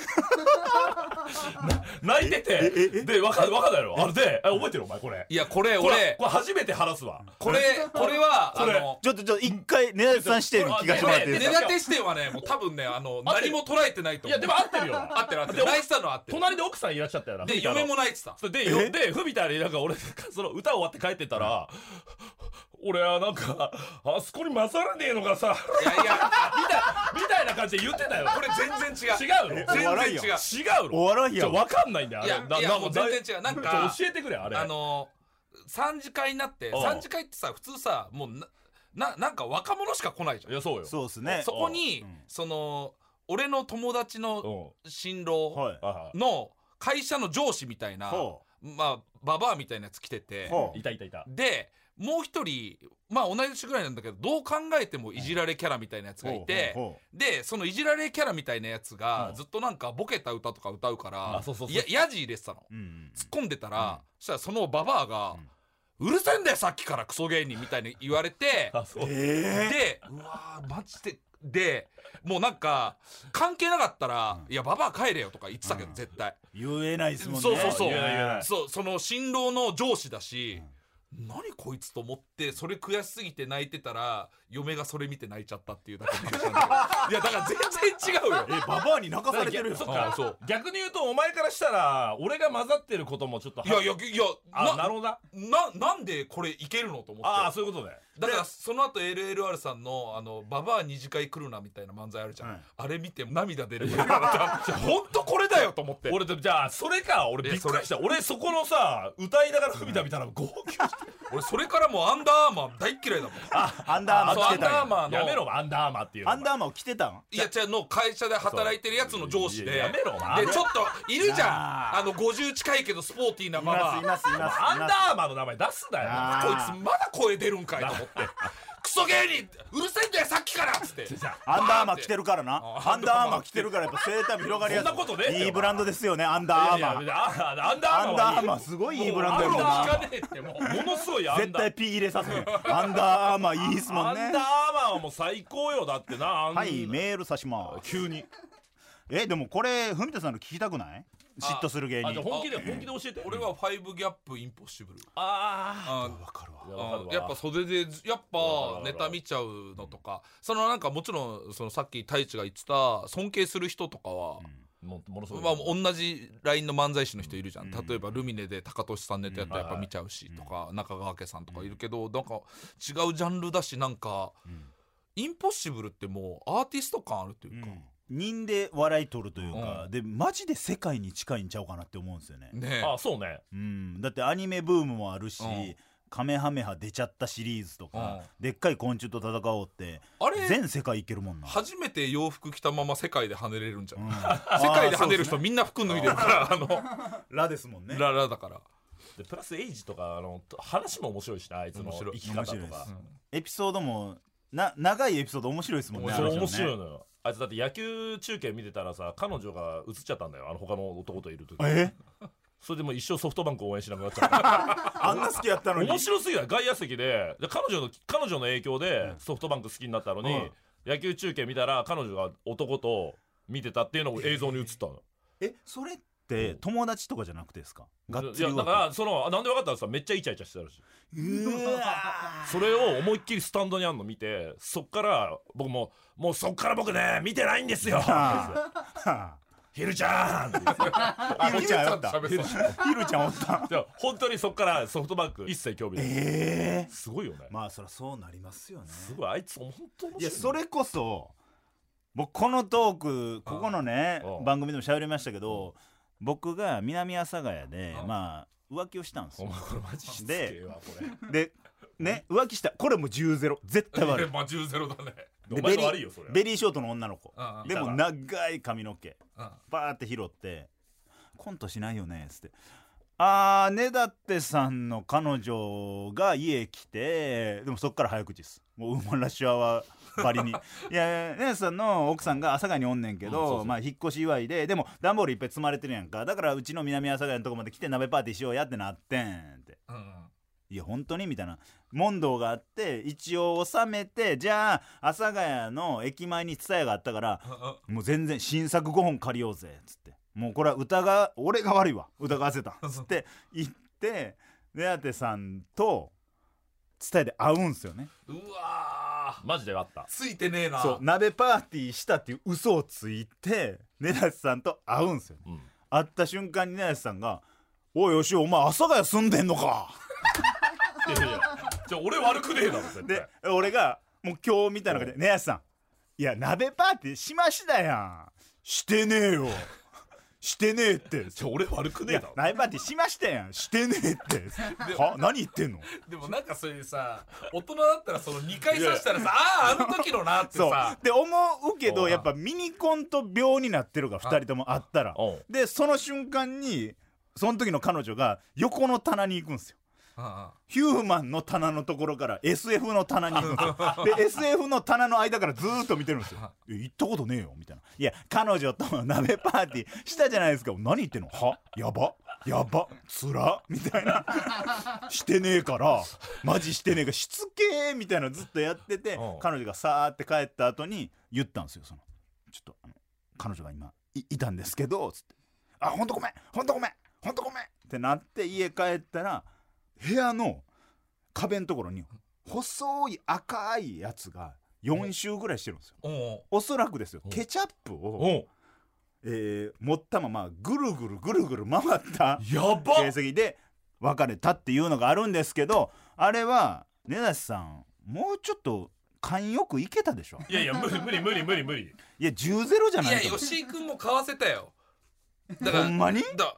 [SPEAKER 3] な泣いててで分か分かんないのあれでえ覚えてるお前これ
[SPEAKER 4] いやこれ
[SPEAKER 3] これ
[SPEAKER 4] 俺
[SPEAKER 3] これ初めて話すわ
[SPEAKER 4] これこれは
[SPEAKER 3] これ
[SPEAKER 4] あの
[SPEAKER 2] ちょっとちょっと一回根立さんしてる気がし
[SPEAKER 4] こ
[SPEAKER 2] まってい
[SPEAKER 4] れ
[SPEAKER 2] いで
[SPEAKER 4] 根
[SPEAKER 2] すか
[SPEAKER 4] 立て視点はねもう多分ねあの何も捉えてないと
[SPEAKER 3] い
[SPEAKER 4] 思
[SPEAKER 3] やで
[SPEAKER 4] う
[SPEAKER 3] も合ってるよ
[SPEAKER 4] 合ってる合って
[SPEAKER 3] で
[SPEAKER 4] る泣いてたのは合って る
[SPEAKER 3] 隣で奥さんいらっしゃったよな
[SPEAKER 4] で嫁も泣いてた
[SPEAKER 3] そうでよで文田になんか俺その歌終わって帰ってたら俺はなんかあそこに混ざらねえのがさ
[SPEAKER 4] いやいや
[SPEAKER 3] みたいみたいな感じで言ってたよ
[SPEAKER 4] これ全然違 う
[SPEAKER 3] 違うの
[SPEAKER 4] 全
[SPEAKER 2] お笑い
[SPEAKER 4] 然
[SPEAKER 2] や
[SPEAKER 4] 違う
[SPEAKER 3] 違う
[SPEAKER 2] お
[SPEAKER 3] の
[SPEAKER 2] 笑い
[SPEAKER 3] ち
[SPEAKER 2] や
[SPEAKER 3] ょ分かんないんだよあ
[SPEAKER 4] い
[SPEAKER 3] れ
[SPEAKER 4] やいやもう全然違うなん
[SPEAKER 3] ちょ
[SPEAKER 4] か
[SPEAKER 3] 教えてくれあれ
[SPEAKER 4] あの三次会になって
[SPEAKER 3] うん
[SPEAKER 4] 三次会ってさ普通さもうなななんか若者しか来ないじゃ
[SPEAKER 3] い
[SPEAKER 4] ん
[SPEAKER 3] やそうよ
[SPEAKER 2] そうですね
[SPEAKER 4] そこに
[SPEAKER 2] うん
[SPEAKER 4] その俺の友達の
[SPEAKER 3] う
[SPEAKER 4] 新郎
[SPEAKER 2] はい
[SPEAKER 3] んあ
[SPEAKER 4] の会社の上司みたいな
[SPEAKER 2] ほ
[SPEAKER 4] まあババアみたいなやつ来てて
[SPEAKER 2] うほ
[SPEAKER 3] いたいたいた
[SPEAKER 4] でもう一人まあ同い年ぐらいなんだけどどう考えてもいじられキャラみたいなやつ
[SPEAKER 2] う
[SPEAKER 4] がいて
[SPEAKER 2] ほうほ
[SPEAKER 4] でそのいじられキャラみたいなやつ
[SPEAKER 3] う
[SPEAKER 4] が
[SPEAKER 3] ん
[SPEAKER 4] ずっとなんかボケた歌とか歌うから
[SPEAKER 3] あそうそうそう
[SPEAKER 4] やヤジ入れてたの
[SPEAKER 2] ううん
[SPEAKER 4] 突っ込んでたら、
[SPEAKER 2] うん
[SPEAKER 4] そしたらそのババアが「うるせえんだよさっきからクソ芸人」みたいに言われて
[SPEAKER 3] あそう
[SPEAKER 2] え
[SPEAKER 4] でうわーマジででもうなんか関係なかったら「いやババア帰れよ」とか言ってたけど、
[SPEAKER 2] うん
[SPEAKER 4] 絶対
[SPEAKER 2] え言えないですもんね
[SPEAKER 4] そうそうそう
[SPEAKER 2] 言えない言えない
[SPEAKER 4] そうその新郎の上司だし、何こいつと思ってそれ悔しすぎて泣いてたら嫁がそれ見て泣いちゃったっていうだけの話なんだ けどいやだから全然違うよ
[SPEAKER 2] えババアに泣かされてるよ
[SPEAKER 3] そっ
[SPEAKER 4] あ
[SPEAKER 3] か
[SPEAKER 4] そう
[SPEAKER 3] 逆に言うとお前からしたら俺が混ざってることもちょっと
[SPEAKER 4] いやいやいや
[SPEAKER 3] あな
[SPEAKER 4] な
[SPEAKER 3] るほどな
[SPEAKER 4] ななんでこれいけるのと思って
[SPEAKER 3] ああそういうことね
[SPEAKER 4] だからその後 LLR さんの「あのババア二次会来るな」みたいな漫才あるじゃん、
[SPEAKER 2] はい
[SPEAKER 4] あれ見て涙出 るから本当これだよと思って
[SPEAKER 3] 俺でもじゃあそれか俺
[SPEAKER 4] いや
[SPEAKER 3] びっくりした俺そこのさ歌いながら文田見たら号泣して
[SPEAKER 4] 俺それからもうアンダーアーマー大っ嫌いだもん
[SPEAKER 2] アンダーマ
[SPEAKER 4] そう
[SPEAKER 2] ー
[SPEAKER 4] ア
[SPEAKER 2] 着
[SPEAKER 4] ン
[SPEAKER 2] てたん
[SPEAKER 4] ダーアー
[SPEAKER 2] や
[SPEAKER 4] マーの
[SPEAKER 3] やめろアンダーアーマーっていうの
[SPEAKER 2] アンダーマーを着てたん
[SPEAKER 4] いや違うの会社で働いてるやつの上司
[SPEAKER 3] い
[SPEAKER 4] で
[SPEAKER 3] ややめろお前
[SPEAKER 4] でちょっといるじゃん
[SPEAKER 2] な
[SPEAKER 4] あの50近いけどスポーティーないま
[SPEAKER 2] ますい
[SPEAKER 4] ま
[SPEAKER 2] ますいます
[SPEAKER 3] アンダーマーの名前出すなよ
[SPEAKER 2] あ
[SPEAKER 4] こいつまだ声出るんかいと思ってクソ芸人うるせえんだよさっきからっつって
[SPEAKER 2] アンダーマー着てるからな
[SPEAKER 4] あ
[SPEAKER 2] アンダーマー着てるからやっぱ生態も広がりやすい
[SPEAKER 3] そんなことねえよ
[SPEAKER 2] いいブランドですよねアンダーマー
[SPEAKER 3] いやいやアンダー
[SPEAKER 2] ア
[SPEAKER 3] アー
[SPEAKER 2] ン
[SPEAKER 3] マー
[SPEAKER 2] ダー
[SPEAKER 3] はいい
[SPEAKER 2] マーすごいいいブランドやもん
[SPEAKER 4] あん
[SPEAKER 2] な
[SPEAKER 4] ま聞かねえってもう
[SPEAKER 3] ものすごいアン
[SPEAKER 2] 絶
[SPEAKER 3] ダー
[SPEAKER 2] 対ピー入れさせるアンダーマーいいっすも
[SPEAKER 3] ア
[SPEAKER 2] ん
[SPEAKER 3] ン
[SPEAKER 2] ね
[SPEAKER 3] ダーアーマーはもう最高よだってなあん
[SPEAKER 2] はいメールさします
[SPEAKER 3] 急に
[SPEAKER 2] えでもこれ文田さんの聞きたくない嫉妬する芸
[SPEAKER 3] あじ
[SPEAKER 2] 人
[SPEAKER 3] ゃあ本気で本気で教えて
[SPEAKER 4] 俺はファイブギャップインポッシブル
[SPEAKER 3] あ
[SPEAKER 4] あ
[SPEAKER 2] わかるわ
[SPEAKER 3] あ
[SPEAKER 4] あやっぱ袖でずや
[SPEAKER 3] わ
[SPEAKER 4] っ
[SPEAKER 3] か
[SPEAKER 4] ぱ
[SPEAKER 3] るわか
[SPEAKER 4] ネ
[SPEAKER 3] る
[SPEAKER 4] タ見ちゃうのとかそのなんかもちろんそのさっき太一が言ってた尊敬する人とかは、
[SPEAKER 3] もものすごい、
[SPEAKER 4] まあ、同じラインの漫才師の人いるじゃん、
[SPEAKER 2] うん
[SPEAKER 4] 例えばルミネで高俊さんネタやったら
[SPEAKER 3] うん
[SPEAKER 4] やっぱ見ちゃうしとか、中川家さんとかいるけど、なんか違うジャンルだしなんか、
[SPEAKER 2] ん
[SPEAKER 4] インポッシブルってもうアーティスト感あるというか、
[SPEAKER 2] 人で笑い取るというか、でマジで世界に近いんちゃうかなって思うんですよね、
[SPEAKER 4] ねえ
[SPEAKER 3] あそうね
[SPEAKER 2] うん、だってアニメブームもあるし、
[SPEAKER 4] うん
[SPEAKER 2] カメハメハ出ちゃったシリーズとか、でっかい昆虫と戦おうって
[SPEAKER 4] あれ
[SPEAKER 2] 全世界いけるもんな、
[SPEAKER 4] 初めて洋服着たまま世界で跳ねれるんじゃん、
[SPEAKER 2] うん
[SPEAKER 4] 世界で跳ね
[SPEAKER 2] あーそうす
[SPEAKER 4] る人
[SPEAKER 2] ね
[SPEAKER 4] みんな服脱いでるからあの
[SPEAKER 2] ラですもんね
[SPEAKER 4] ララだから
[SPEAKER 3] でプラスエイジとかあの話も面白いしなあいつの
[SPEAKER 4] 面白
[SPEAKER 3] 生
[SPEAKER 4] い
[SPEAKER 3] き方と
[SPEAKER 2] 面白いで
[SPEAKER 3] か
[SPEAKER 2] すエピソードもな長いエピソード面白いですもんね
[SPEAKER 3] そう
[SPEAKER 2] あの
[SPEAKER 3] 面
[SPEAKER 2] 人ね
[SPEAKER 3] 白いのよあいつだって野球中継見てたらさ彼女が映っちゃったんだよあの他の男といる時
[SPEAKER 2] え
[SPEAKER 3] それでもう一生ソフトバンク応援しなくなっちゃった
[SPEAKER 2] あ んな好きやったのに
[SPEAKER 3] 面白すぎない外野席でで彼女の彼女の影響でソフトバンク好きになったのに、
[SPEAKER 2] うん
[SPEAKER 3] 野球中継見たら彼女が男と見てたっていうのを映像に映ったの、
[SPEAKER 2] えそれって友達とかじゃなくてですかがっ
[SPEAKER 3] い
[SPEAKER 2] つり
[SPEAKER 3] やだからそのあなんで分かったんですかめっちゃイチャイチャしてたらしいう
[SPEAKER 2] わ
[SPEAKER 3] それを思いっきりスタンドにあんの見てそっから僕ももうそっから僕ね見てないんですよ
[SPEAKER 2] あ
[SPEAKER 3] ひるちゃんって言って
[SPEAKER 2] ーひるちゃんおった
[SPEAKER 4] 喋ってた
[SPEAKER 2] ひるちゃんおった
[SPEAKER 3] でも本当にそっからソフトバンク一切興味ない
[SPEAKER 2] ええ
[SPEAKER 3] すごいよね、
[SPEAKER 2] まあそりゃそうなりますよね
[SPEAKER 3] すごいあいつ本当面白い
[SPEAKER 2] いやそれこそ僕このトークここのね
[SPEAKER 3] うん
[SPEAKER 2] 番組でも喋りましたけど僕が南阿佐ヶ谷で
[SPEAKER 4] うん
[SPEAKER 2] まあ浮気をしたんです
[SPEAKER 3] お
[SPEAKER 2] よ
[SPEAKER 3] 前これマジしつけえわこれ
[SPEAKER 2] でね浮気したこれもう10ゼロ絶対悪い
[SPEAKER 4] まあ10ゼロだね
[SPEAKER 2] で
[SPEAKER 3] お前
[SPEAKER 2] ベリ
[SPEAKER 3] の悪いよそれ
[SPEAKER 2] ーベリーショートの女の子
[SPEAKER 4] うんうん
[SPEAKER 2] でも長い髪の毛
[SPEAKER 4] うん
[SPEAKER 2] バーって拾って「コントしないよね」っつって「あーねだってさんの彼女が家来てでもそっから早口ですもうウーマンラッシュアワーばり にいやねださんの奥さんが阿佐ヶ谷におんねんけど、
[SPEAKER 4] うんそうそう
[SPEAKER 2] まあ引っ越し祝いででも段ボールいっぱい積まれてるやんかだからうちの南阿佐ヶ谷のとこまで来て鍋パーティーしようやってなってんって
[SPEAKER 4] うんうん
[SPEAKER 2] いや本当にみたいな問答があって一応収めてじゃあ阿佐ヶ谷の駅前に蔦屋があったからもう全然新作5本借りようぜっつってもうこれは疑わ俺が悪いわ疑わせたっつって行って根当さんと伝えで会うんすよね
[SPEAKER 4] うわー
[SPEAKER 3] マジであった
[SPEAKER 4] ついてねえな
[SPEAKER 2] そう鍋パーティーしたっていう嘘をついて根立さんと会うんすよね、
[SPEAKER 3] うん
[SPEAKER 2] 会った瞬間に根立さんが「おいよしおお前阿佐ヶ谷住んでんのか!」
[SPEAKER 3] いやいやじゃあ俺悪くねえだろ絶対
[SPEAKER 2] で俺がもう今日みたいな感じで「ねやさんいや鍋パーティーしましたやんしてねえよしてねえって」
[SPEAKER 3] じゃあ俺悪く
[SPEAKER 2] い
[SPEAKER 3] ねえ
[SPEAKER 2] や
[SPEAKER 3] だろ
[SPEAKER 2] 鍋パーティーしましたやんしてねえっては何言ってんの
[SPEAKER 4] でもなんかそういうさ大人だったらその2回刺した らさあああの時のなって
[SPEAKER 2] そう
[SPEAKER 4] さ
[SPEAKER 2] で思うけ
[SPEAKER 3] そう
[SPEAKER 2] ど
[SPEAKER 3] だ
[SPEAKER 2] やっぱミニコント病になってるから2人ともあったら
[SPEAKER 3] うん
[SPEAKER 2] でその瞬間にその時の彼女が横の棚に行くんですよ
[SPEAKER 4] うんうん
[SPEAKER 2] ヒューマンの棚のところから SF の棚に行くんで すよ。で、SF の棚の間からずーっと見てるんですよ。え行ったことねえよ、みたいな。いや、彼女と鍋パーティーしたじゃないですか。何言ってんのはやばやばつらみたい な。してねえから、マジしてねえから、しつけえみたいなのずっとやってて
[SPEAKER 3] うん、
[SPEAKER 2] 彼女がさーって帰った後に言ったんですよ、その。ちょっと、あの、彼女が今、いいたんですけど、つって。あ、ほんとごめんほんとごめんほんとごめんってなって家帰ったら、部屋の壁のところに細い赤いやつが4周ぐらいしてるんですよ
[SPEAKER 4] おう
[SPEAKER 2] おそらくですよ
[SPEAKER 3] うん
[SPEAKER 2] ケチャップ
[SPEAKER 3] う
[SPEAKER 2] を、
[SPEAKER 3] ん
[SPEAKER 2] えー持ったままぐるぐるぐるぐる回った
[SPEAKER 3] やば
[SPEAKER 2] 形跡で別れたっていうのがあるんですけどあれは根立さんもうちょっと勘よくいけたでしょ
[SPEAKER 3] いやいや無理無理無理無理無理
[SPEAKER 2] いや10ゼロじゃ
[SPEAKER 4] い
[SPEAKER 2] ない
[SPEAKER 4] や
[SPEAKER 2] と
[SPEAKER 4] 吉井君も買わせたよだ
[SPEAKER 2] ほ
[SPEAKER 4] から
[SPEAKER 2] んまに
[SPEAKER 4] だい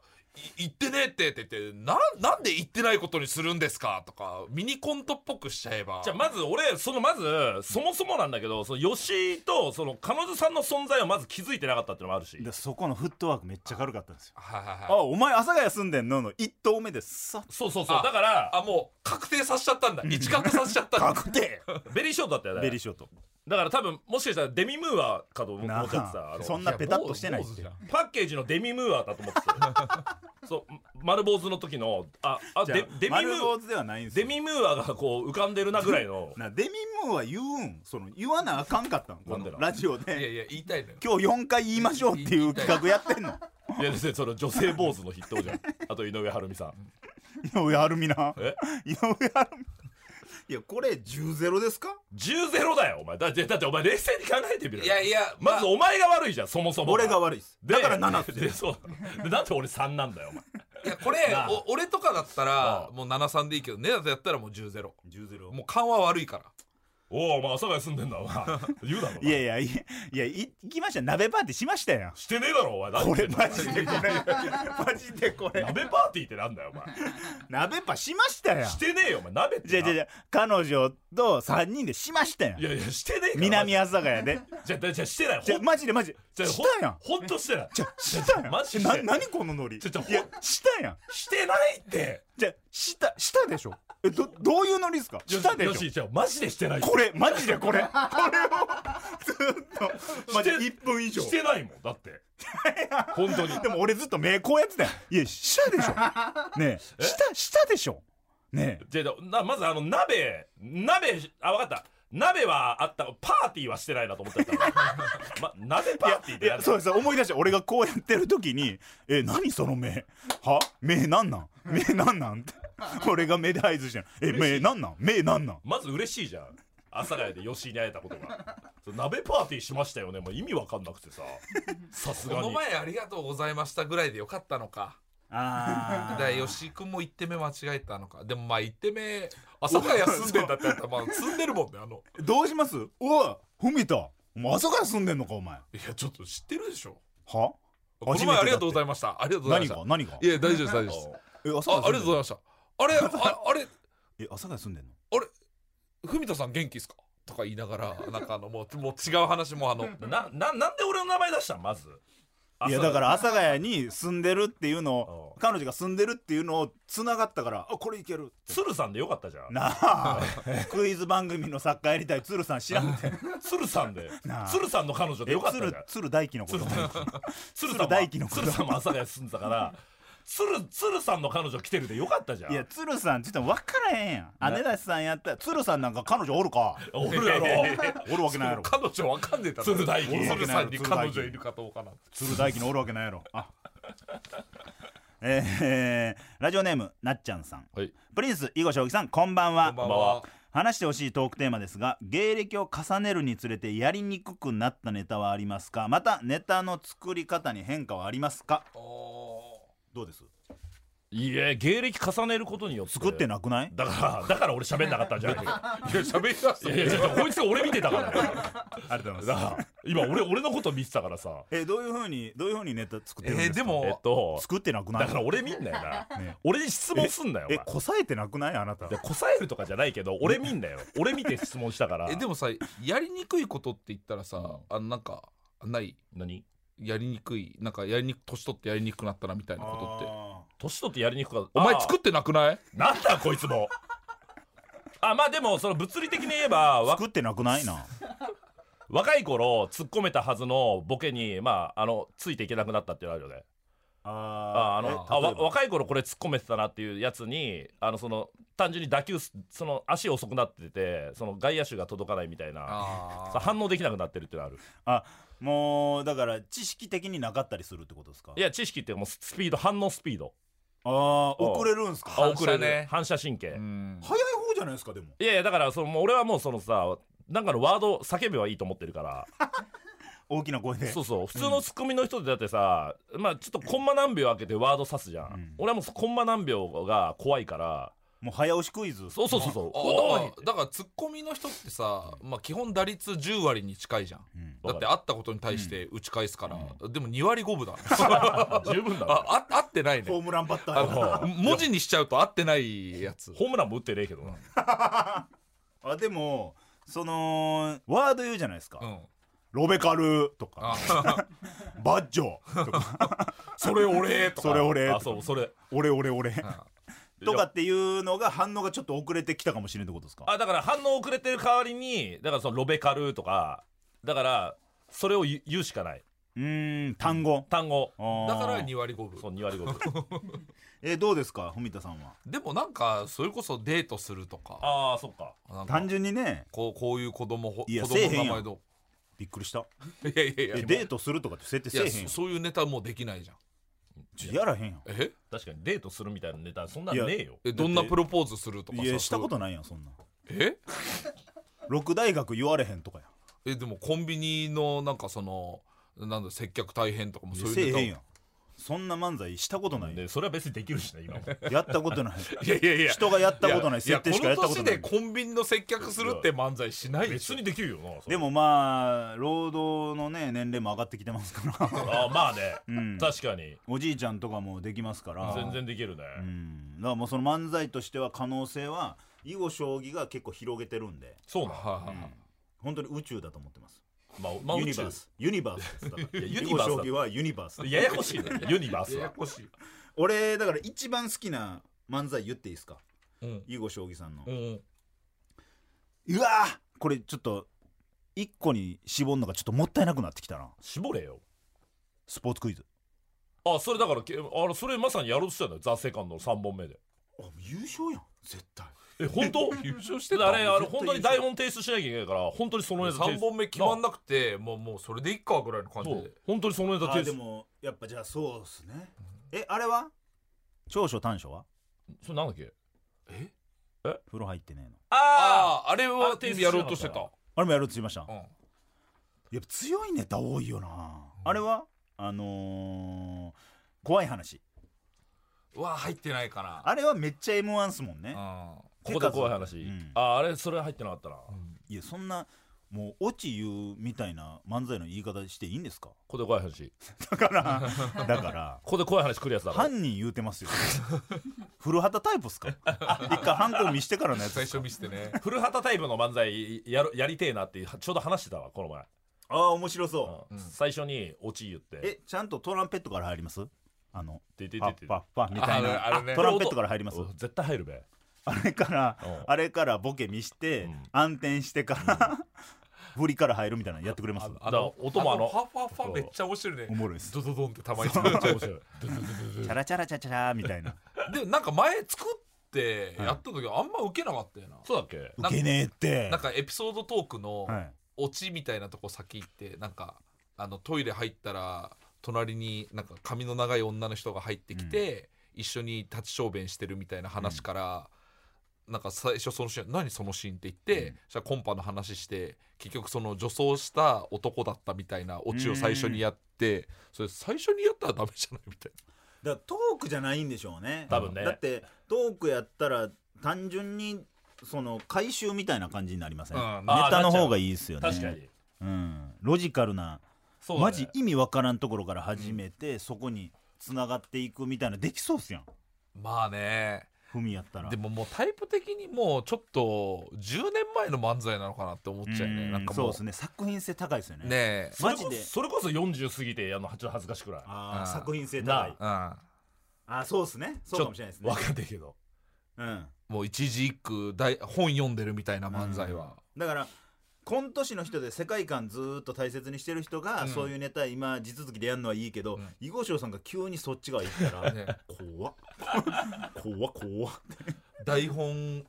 [SPEAKER 4] 行ってねえってって言ってなんなんで行ってないことにするんですかとかミニコントっぽくしちゃえば
[SPEAKER 3] じゃあまず俺そのまずそもそもなんだけどその吉井とその彼女さんの存在をまず気づいてなかったっていうのもあるし
[SPEAKER 2] でそこのフットワークめっちゃ軽かったんですよ
[SPEAKER 4] はいはい
[SPEAKER 2] あ
[SPEAKER 4] はい
[SPEAKER 2] お前阿佐ヶ谷住んでんのの1投目でさっ
[SPEAKER 3] そうそうそう
[SPEAKER 4] あ
[SPEAKER 3] だから
[SPEAKER 4] あもう確定させちゃったんだ一角させちゃったん だ
[SPEAKER 2] 確定
[SPEAKER 3] ベリーショートだったよ
[SPEAKER 2] ベリー
[SPEAKER 3] ね
[SPEAKER 2] ショート
[SPEAKER 3] だから多分もしかしたらデミムーアかと思っちゃ
[SPEAKER 2] な
[SPEAKER 3] ってたあの
[SPEAKER 2] そんなペタッとしてないっ
[SPEAKER 4] 坊主
[SPEAKER 2] て
[SPEAKER 4] じゃん
[SPEAKER 3] パッケージのデミムーアだと思ってた よそう丸坊主の時のああ
[SPEAKER 2] じゃあ
[SPEAKER 3] デデミム
[SPEAKER 2] 丸坊
[SPEAKER 3] ー
[SPEAKER 2] 主ではないんです
[SPEAKER 3] デ
[SPEAKER 2] よ
[SPEAKER 3] ミムーアがこう浮かんでるなぐらい の
[SPEAKER 2] なデミムーは言うんその言わなあかんかったのこ
[SPEAKER 3] なんでな
[SPEAKER 2] のラジオ
[SPEAKER 4] いや
[SPEAKER 2] で
[SPEAKER 4] いや言いたいのよ
[SPEAKER 2] 今日4回言いましょうっていう企画やってん の
[SPEAKER 3] いやですねその女性坊主の筆 頭じゃんあと井上晴美さ
[SPEAKER 2] 井
[SPEAKER 3] ん
[SPEAKER 2] 上晴美な
[SPEAKER 3] え
[SPEAKER 2] 井上晴美いやこれ10ゼロですか
[SPEAKER 3] 10ゼロだよお前だってだってお前冷静に考えてみろよ
[SPEAKER 4] いやいや
[SPEAKER 3] まずお前が悪いじゃんそもそも
[SPEAKER 2] 俺が悪いです
[SPEAKER 3] で
[SPEAKER 2] だから7
[SPEAKER 3] でそうでなんで俺3なんだよお前
[SPEAKER 4] いやこれ
[SPEAKER 3] なあ
[SPEAKER 4] お俺とかだった
[SPEAKER 3] あ
[SPEAKER 4] ら
[SPEAKER 3] あ
[SPEAKER 4] もう73でいいけどねだとやったらもう10ゼロ
[SPEAKER 2] 10ゼロ
[SPEAKER 4] もう勘は悪いから
[SPEAKER 3] おおお前阿佐ヶ谷住んでん だお前言うだろお
[SPEAKER 2] い
[SPEAKER 3] 前
[SPEAKER 2] やいやいやいや行きましたよ鍋パーティーしましたよ
[SPEAKER 3] してねえだろお前
[SPEAKER 2] これマジでこれマジでこれ
[SPEAKER 3] 鍋パーティーってなんだよお前
[SPEAKER 2] 鍋パしましたよ
[SPEAKER 3] してねえよお前鍋ってな
[SPEAKER 2] じゃじゃじゃ彼女と3人でしましたよ
[SPEAKER 3] いやいやしてねえから
[SPEAKER 2] 南阿佐ヶ谷で
[SPEAKER 3] じゃあじゃあしてない
[SPEAKER 2] じゃマジでマジ
[SPEAKER 3] じゃあほ
[SPEAKER 2] したやん
[SPEAKER 3] ほんとしてない
[SPEAKER 2] じゃしたやん
[SPEAKER 3] マジで
[SPEAKER 2] な何このノリい
[SPEAKER 3] ちょ
[SPEAKER 2] や
[SPEAKER 3] ちょほん
[SPEAKER 2] したやん
[SPEAKER 3] してないって
[SPEAKER 2] じゃしたしたでしょえどどういうノリですかしたで
[SPEAKER 3] よ
[SPEAKER 2] しょ
[SPEAKER 3] しじゃあマジでしてない
[SPEAKER 2] これマジでこれこれをずっとマジで
[SPEAKER 3] して
[SPEAKER 2] 1分以上
[SPEAKER 3] してないもんだって本当に
[SPEAKER 2] でも俺ずっと目こうやってたよいやしたでしょねえしたしたでしょねえ
[SPEAKER 3] じゃあじゃあなまずあの鍋鍋あ分かった鍋はあったパーティーはしてないなと思っちゃった、ま、鍋パーティー
[SPEAKER 2] い
[SPEAKER 3] でや
[SPEAKER 2] や
[SPEAKER 3] る
[SPEAKER 2] そうです思い出して俺がこうやってる時に「え何その目は目なんなん目なんなん?」って俺が目で合図してる「え目なんなん目なんなん?
[SPEAKER 3] まず嬉しいじゃん阿佐ヶ谷で吉井に会えたことがそう鍋パーティーしましたよねもう意味わかんなくてささす
[SPEAKER 4] こ
[SPEAKER 3] が
[SPEAKER 4] の
[SPEAKER 3] に
[SPEAKER 4] 前ありがとうございましたぐらいでよかったのか」だ
[SPEAKER 2] あ
[SPEAKER 4] から吉井君も1手目間違えたのかでもまあ1手目朝から休んでんだってやったらまあ積んでるもんねあの
[SPEAKER 2] どうしますおい文田お前朝から住んでんのかお前
[SPEAKER 4] いやちょっと知ってるでしょ
[SPEAKER 2] は
[SPEAKER 4] この前ありがとうござい
[SPEAKER 2] ま
[SPEAKER 4] ましたありがとうございま
[SPEAKER 2] 何
[SPEAKER 4] した
[SPEAKER 2] が何が
[SPEAKER 4] いや大丈夫です大丈夫です
[SPEAKER 2] え朝
[SPEAKER 4] あ
[SPEAKER 2] か
[SPEAKER 4] ありが
[SPEAKER 2] ら住
[SPEAKER 4] とう
[SPEAKER 2] んでん
[SPEAKER 4] ございましたあれああれ
[SPEAKER 2] え朝から住んでんの
[SPEAKER 4] 文田さん元気ですかとか言いながら なんかあのもうもう違う話もあの
[SPEAKER 3] なななんで俺の名前出したんまず
[SPEAKER 2] いやだから阿佐ヶ谷に住んでるっていうのを
[SPEAKER 3] う
[SPEAKER 2] 彼女が住んでるっていうのをつながったからあこれいける
[SPEAKER 3] 鶴さんでよかったじゃん
[SPEAKER 2] なあクイズ番組の作家やりたい鶴さん知ら んて
[SPEAKER 3] 鶴さんで
[SPEAKER 2] なあ
[SPEAKER 3] 鶴さんの彼女でよかったじゃん
[SPEAKER 2] 鶴鶴大輝のこと
[SPEAKER 3] 鶴大鶴さん
[SPEAKER 2] 鶴
[SPEAKER 3] も
[SPEAKER 2] 大輝のこと
[SPEAKER 3] 鶴さんも阿佐ヶ谷住んでたから鶴鶴さんの彼女来てるでよかったじゃん
[SPEAKER 2] いや鶴さんちょっと分からへんやん姉田さんやったら鶴さんなんか彼女おるか
[SPEAKER 3] おるやろ
[SPEAKER 2] おるわけないやろ
[SPEAKER 4] 彼女わかんねえだろ
[SPEAKER 3] 鶴大輝
[SPEAKER 4] 鶴さんに彼女いるかどうかなんて
[SPEAKER 2] 鶴大輝のおるわけないやろあえー、ラジオネームなっちゃんさん
[SPEAKER 3] はい
[SPEAKER 2] プリンス囲碁将棋さんこんばんは
[SPEAKER 4] こんば
[SPEAKER 3] こ
[SPEAKER 4] ん
[SPEAKER 3] んばんは
[SPEAKER 4] は
[SPEAKER 2] 話してほしいトークテーマですが芸歴を重ねるにつれてやりにくくなったネタはありますかまたネタの作り方に変化はありますかどうです
[SPEAKER 3] いや芸歴重ねることによって
[SPEAKER 2] 作ってなくない
[SPEAKER 3] だからだから俺喋んなかったん じゃないか
[SPEAKER 4] いや喋りだし
[SPEAKER 3] い
[SPEAKER 4] た
[SPEAKER 3] やいやいやこいつが俺見てたからだか
[SPEAKER 2] ありがとうございます
[SPEAKER 3] ら今俺俺のこと見てたからさ
[SPEAKER 2] えどういうふうにどういうふうにネタ作って
[SPEAKER 4] え
[SPEAKER 2] るんです
[SPEAKER 4] ー
[SPEAKER 2] か
[SPEAKER 4] で
[SPEAKER 3] えっ
[SPEAKER 4] も
[SPEAKER 3] と
[SPEAKER 2] 作ってなくない
[SPEAKER 3] だから俺見んなよな、
[SPEAKER 2] ね
[SPEAKER 3] 俺に質問すんなよお
[SPEAKER 2] え
[SPEAKER 3] 前
[SPEAKER 2] こさえてなくないあなた
[SPEAKER 3] でこさえるとかじゃないけど俺見んなよ俺見て質問した から
[SPEAKER 4] えでもさやりにくいことって言ったら
[SPEAKER 3] うん
[SPEAKER 4] さあのなんかない
[SPEAKER 3] 何
[SPEAKER 4] やりにくいなんかやりにく年取ってやりにくくなったなみたいなことって
[SPEAKER 2] あ
[SPEAKER 3] 年取ってやりにくか
[SPEAKER 4] お前作
[SPEAKER 3] っ
[SPEAKER 4] ってなくない
[SPEAKER 3] なんだこいつも あまあでもその物理的に言えば
[SPEAKER 2] ー
[SPEAKER 3] わ
[SPEAKER 2] 作ってなくないな
[SPEAKER 3] 若い頃突っ込めたはずのボケにまああのついていけなくなったっていうのあるよね
[SPEAKER 2] あ
[SPEAKER 3] ああ
[SPEAKER 2] ー
[SPEAKER 3] の
[SPEAKER 2] え
[SPEAKER 3] あわ
[SPEAKER 2] 例えば
[SPEAKER 3] 若い頃これ突っ込めてたなっていうやつにあのその単純に打球すその足遅くなっててその外野手が届かないみたいな
[SPEAKER 4] あ
[SPEAKER 3] さ反応できなくなってるっていうのある
[SPEAKER 2] あもうだから知識的になかったりするってことですか
[SPEAKER 3] いや知識っていうかもうススピード反応スピード
[SPEAKER 2] あー遅れるんすか
[SPEAKER 3] あ
[SPEAKER 2] 早い
[SPEAKER 4] 反射ね
[SPEAKER 3] 遅れる反射神経
[SPEAKER 4] うん
[SPEAKER 2] 方じゃないですかでも
[SPEAKER 3] いやいやだからそのもう俺はもうそのさなんかのワード叫べばいいと思ってるから
[SPEAKER 2] 大きな声で
[SPEAKER 3] そうそう普通のツッコミの人でだってさ、まあちょっとコンマ何秒開けてワード刺すじゃん、
[SPEAKER 2] うん
[SPEAKER 3] 俺はもうコンマ何秒が怖いから
[SPEAKER 2] もう早押しクイズ
[SPEAKER 3] そうそうそうそう
[SPEAKER 4] あ
[SPEAKER 3] お
[SPEAKER 4] あ
[SPEAKER 3] い
[SPEAKER 4] だからツッコミの人ってさ、まあ、基本打率10割に近いじゃん
[SPEAKER 2] うん
[SPEAKER 4] だって会ったことに対して打ち返すから、でも2割5分だ
[SPEAKER 3] 十分だろ
[SPEAKER 4] ああ合ってない
[SPEAKER 2] ホ
[SPEAKER 4] ね
[SPEAKER 2] ームランバッターや
[SPEAKER 4] あの文字にしちゃうと合ってないやつ
[SPEAKER 3] ホームランも打ってねえけどな
[SPEAKER 2] あでもそのワード言うじゃないですか、
[SPEAKER 4] うん
[SPEAKER 2] ロベカルとか
[SPEAKER 4] あ
[SPEAKER 2] バッジョとか
[SPEAKER 4] それ俺とか
[SPEAKER 2] それ俺
[SPEAKER 3] あそうそれ
[SPEAKER 2] 俺俺俺 とかっていうのが反応がちょっと遅れてきたかもしれんってことですか
[SPEAKER 3] あだから反応遅れてる代わりにだからそのロベカルとかだからそれを言う言うしかないう
[SPEAKER 2] ーん単語
[SPEAKER 3] 単語
[SPEAKER 4] だから
[SPEAKER 2] に
[SPEAKER 4] 2割5分
[SPEAKER 3] そう2割5分
[SPEAKER 2] えどうですか文田さんは
[SPEAKER 4] でもなんかそれこそデートするとか
[SPEAKER 3] ああそっか
[SPEAKER 4] なんか
[SPEAKER 2] 単純にね
[SPEAKER 4] こうこういう子供ほ
[SPEAKER 2] いや
[SPEAKER 4] 子供
[SPEAKER 2] せえへ
[SPEAKER 4] の
[SPEAKER 2] ん
[SPEAKER 4] 名
[SPEAKER 2] やん
[SPEAKER 4] 前ど
[SPEAKER 2] びっくりした
[SPEAKER 4] う いやいやいや
[SPEAKER 2] えデートするとかって設定
[SPEAKER 4] い
[SPEAKER 2] せえへ
[SPEAKER 4] や
[SPEAKER 2] んやん
[SPEAKER 4] そそういうネタもうできないじゃん
[SPEAKER 2] ちょやらへんやん
[SPEAKER 4] え
[SPEAKER 3] 確かにデートするみたいなネタそんなんねえよ
[SPEAKER 4] えどんなプロポーズするとかさ
[SPEAKER 2] いやしたことな
[SPEAKER 4] ない
[SPEAKER 2] いやんそんなん
[SPEAKER 4] え
[SPEAKER 2] 六大学言われへんとかや
[SPEAKER 4] えでもコンビニのなんかそのなんだ接客大変とかもそう
[SPEAKER 2] せ
[SPEAKER 4] い
[SPEAKER 2] えへ
[SPEAKER 4] う
[SPEAKER 2] ん
[SPEAKER 4] ネ
[SPEAKER 2] やんそんな漫才したことないよ
[SPEAKER 3] でそれは別にできるしね今も
[SPEAKER 2] やったことない
[SPEAKER 4] タいやいやいや
[SPEAKER 2] 人がやったことないい設
[SPEAKER 4] や
[SPEAKER 2] 定しかやったことない
[SPEAKER 4] この年でコンビニの接客するって漫才しないでし
[SPEAKER 3] 別
[SPEAKER 4] ょ
[SPEAKER 3] にできるよなそ
[SPEAKER 2] で
[SPEAKER 3] れ
[SPEAKER 2] もまあ労働のね年齢も上がってきてますから
[SPEAKER 3] ああまあね、
[SPEAKER 2] うん
[SPEAKER 3] 確かに
[SPEAKER 2] おじいちゃんとかもできますから
[SPEAKER 3] 全然できるね、
[SPEAKER 2] うんだからもうその漫才としては可能性は囲碁将棋が結構広げてるんで
[SPEAKER 3] そうなの、
[SPEAKER 4] はいはいはい
[SPEAKER 2] 本当に宇宙だと思ってます
[SPEAKER 3] まあ、まあ、
[SPEAKER 2] ユ
[SPEAKER 3] 宇
[SPEAKER 2] ニ
[SPEAKER 3] 宙
[SPEAKER 2] バースユニバースですだから
[SPEAKER 3] いやユ
[SPEAKER 2] 囲
[SPEAKER 3] ニ
[SPEAKER 2] 碁
[SPEAKER 3] バース
[SPEAKER 2] 将
[SPEAKER 3] だ
[SPEAKER 2] 棋はユニバース
[SPEAKER 3] ややこしいねユニバース
[SPEAKER 4] やや
[SPEAKER 3] は
[SPEAKER 4] こしい
[SPEAKER 2] 俺だから一番好きな漫才言っていいですか
[SPEAKER 4] うん
[SPEAKER 2] 囲碁将棋さんの
[SPEAKER 4] うん
[SPEAKER 2] うわーこれちょっと一個に絞んのがちょっともったいなくなってきたな
[SPEAKER 3] 絞れよ
[SPEAKER 2] スポーツクイズ
[SPEAKER 3] あそれだからけあれそれまさにやろうとしたんだよ「ザ・セカンドの3本目で
[SPEAKER 2] あ優勝やん絶対
[SPEAKER 3] え本 当
[SPEAKER 4] 優勝してた
[SPEAKER 3] あれあれ
[SPEAKER 2] 絶対
[SPEAKER 3] 本当に台本提出しなきゃいけないから本当にそのネタ提
[SPEAKER 4] 3
[SPEAKER 3] 出
[SPEAKER 4] 本目決まんなくてもうもうそれでいっかぐらいの感じ
[SPEAKER 3] そ
[SPEAKER 4] で
[SPEAKER 3] う本当にそのネタ
[SPEAKER 2] あ
[SPEAKER 3] 提
[SPEAKER 2] で
[SPEAKER 3] 出
[SPEAKER 2] もやっぱじゃあそうっすねえあれは長所短所は
[SPEAKER 3] それなんだっけ
[SPEAKER 4] え
[SPEAKER 2] 風呂入ってねえの
[SPEAKER 3] あ
[SPEAKER 4] あああれ
[SPEAKER 3] あれ
[SPEAKER 4] は
[SPEAKER 3] 提出しな
[SPEAKER 4] や
[SPEAKER 3] かった
[SPEAKER 4] ろうとしてた
[SPEAKER 2] あれもやろうとしました
[SPEAKER 4] うん
[SPEAKER 2] やっぱ強いネタ多いよな、あれはあのー、怖い話
[SPEAKER 4] うわ入ってないかな
[SPEAKER 2] あれはめっちゃ m 1っすもんね
[SPEAKER 4] うん
[SPEAKER 3] ここで怖い話、
[SPEAKER 2] うん
[SPEAKER 3] ああれそれ入ってなかったな、
[SPEAKER 2] いやそんなもうオチ言うみたいな漫才の言い方していいんですか
[SPEAKER 3] ここで怖い話
[SPEAKER 2] だからだから
[SPEAKER 3] ここで怖い話来るやつだろ
[SPEAKER 2] 犯人言うてます よ古畑タイプっすか一回犯行見してからのやつ
[SPEAKER 4] 最
[SPEAKER 2] っす
[SPEAKER 4] 初
[SPEAKER 2] か
[SPEAKER 4] 見せてね
[SPEAKER 3] 古畑タイプの漫才やるやりてえなってちょうど話してたわこの前、
[SPEAKER 2] ああ面白そう
[SPEAKER 3] うん最初にオチ言って
[SPEAKER 2] えちゃんとトランペットから入りますあの
[SPEAKER 3] でで
[SPEAKER 2] パ
[SPEAKER 3] で
[SPEAKER 2] ッ
[SPEAKER 3] で
[SPEAKER 2] パッパッみたいな
[SPEAKER 4] あれあれね
[SPEAKER 2] トランペットから入ります
[SPEAKER 3] お絶対入るべ
[SPEAKER 2] あれから
[SPEAKER 3] うん
[SPEAKER 2] あれからボケ見して、
[SPEAKER 3] うん
[SPEAKER 2] 暗転してから、振りから入るみたいなのやってくれます
[SPEAKER 4] の
[SPEAKER 3] だから音もあの
[SPEAKER 4] ファファファめっちゃ面白いね
[SPEAKER 2] おもろいです
[SPEAKER 4] ドドドンってたまに
[SPEAKER 3] めっち ゃ面白い
[SPEAKER 2] チャラチャラチャチャラみたいな
[SPEAKER 4] でもなんか前作ってやった時あんま受けなかったよな、
[SPEAKER 3] そうだっけ
[SPEAKER 2] ウケねえって
[SPEAKER 4] なんかエピソードトークの
[SPEAKER 2] はい、
[SPEAKER 4] オチみたいなとこ先行ってなんかあのトイレ入ったら隣になんか髪の長い女の人が入ってきて、一緒に立ち小便してるみたいな話から、なんか最初そのシーン「何そのシーン」って言って、そしたらコンパの話して結局その女装した男だったみたいなオチを最初にやって、それ最初にやったらダメじゃないみたい
[SPEAKER 2] だからトークじゃないんでしょうね
[SPEAKER 3] 多分ね
[SPEAKER 2] だってトークやったら単純にその回収みたいな感じになりません、
[SPEAKER 4] な。
[SPEAKER 2] ネ
[SPEAKER 3] あー
[SPEAKER 2] タの方がいいですよね
[SPEAKER 3] 確かに
[SPEAKER 2] うん、ロジカルな、
[SPEAKER 3] そうだね
[SPEAKER 2] マジ意味わからんところから始めて、そこに繋がっていくみたいなできそうっすやん
[SPEAKER 4] まあね
[SPEAKER 2] 踏みやったら
[SPEAKER 4] でももうタイプ的にもうちょっと10年前の漫才なのかなって思っちゃうよ
[SPEAKER 2] うん
[SPEAKER 4] ねなんか
[SPEAKER 2] そう
[SPEAKER 4] も
[SPEAKER 2] ですね作品性高いですよね
[SPEAKER 4] うねえ
[SPEAKER 3] それこ
[SPEAKER 2] マジで
[SPEAKER 3] それこそ40過ぎてやるのちょっと恥ずかしくない
[SPEAKER 2] ああ
[SPEAKER 4] うん
[SPEAKER 2] 作品性
[SPEAKER 3] な
[SPEAKER 2] 高い
[SPEAKER 3] あ
[SPEAKER 4] うん
[SPEAKER 2] あーそうですねそうかもしれないですね
[SPEAKER 3] わかんないけど
[SPEAKER 2] うん
[SPEAKER 4] もう一字一句大本読んでるみたいな漫才は、
[SPEAKER 2] だからコント師の人で世界観ずーっと大切にしてる人が、
[SPEAKER 4] うん
[SPEAKER 2] そういうネタ今地続きでやるのはいいけど、
[SPEAKER 4] うん
[SPEAKER 2] 囲碁将さんが急にそっち側行ったら、
[SPEAKER 4] ね
[SPEAKER 2] 怖っ怖っ怖っ
[SPEAKER 4] 台本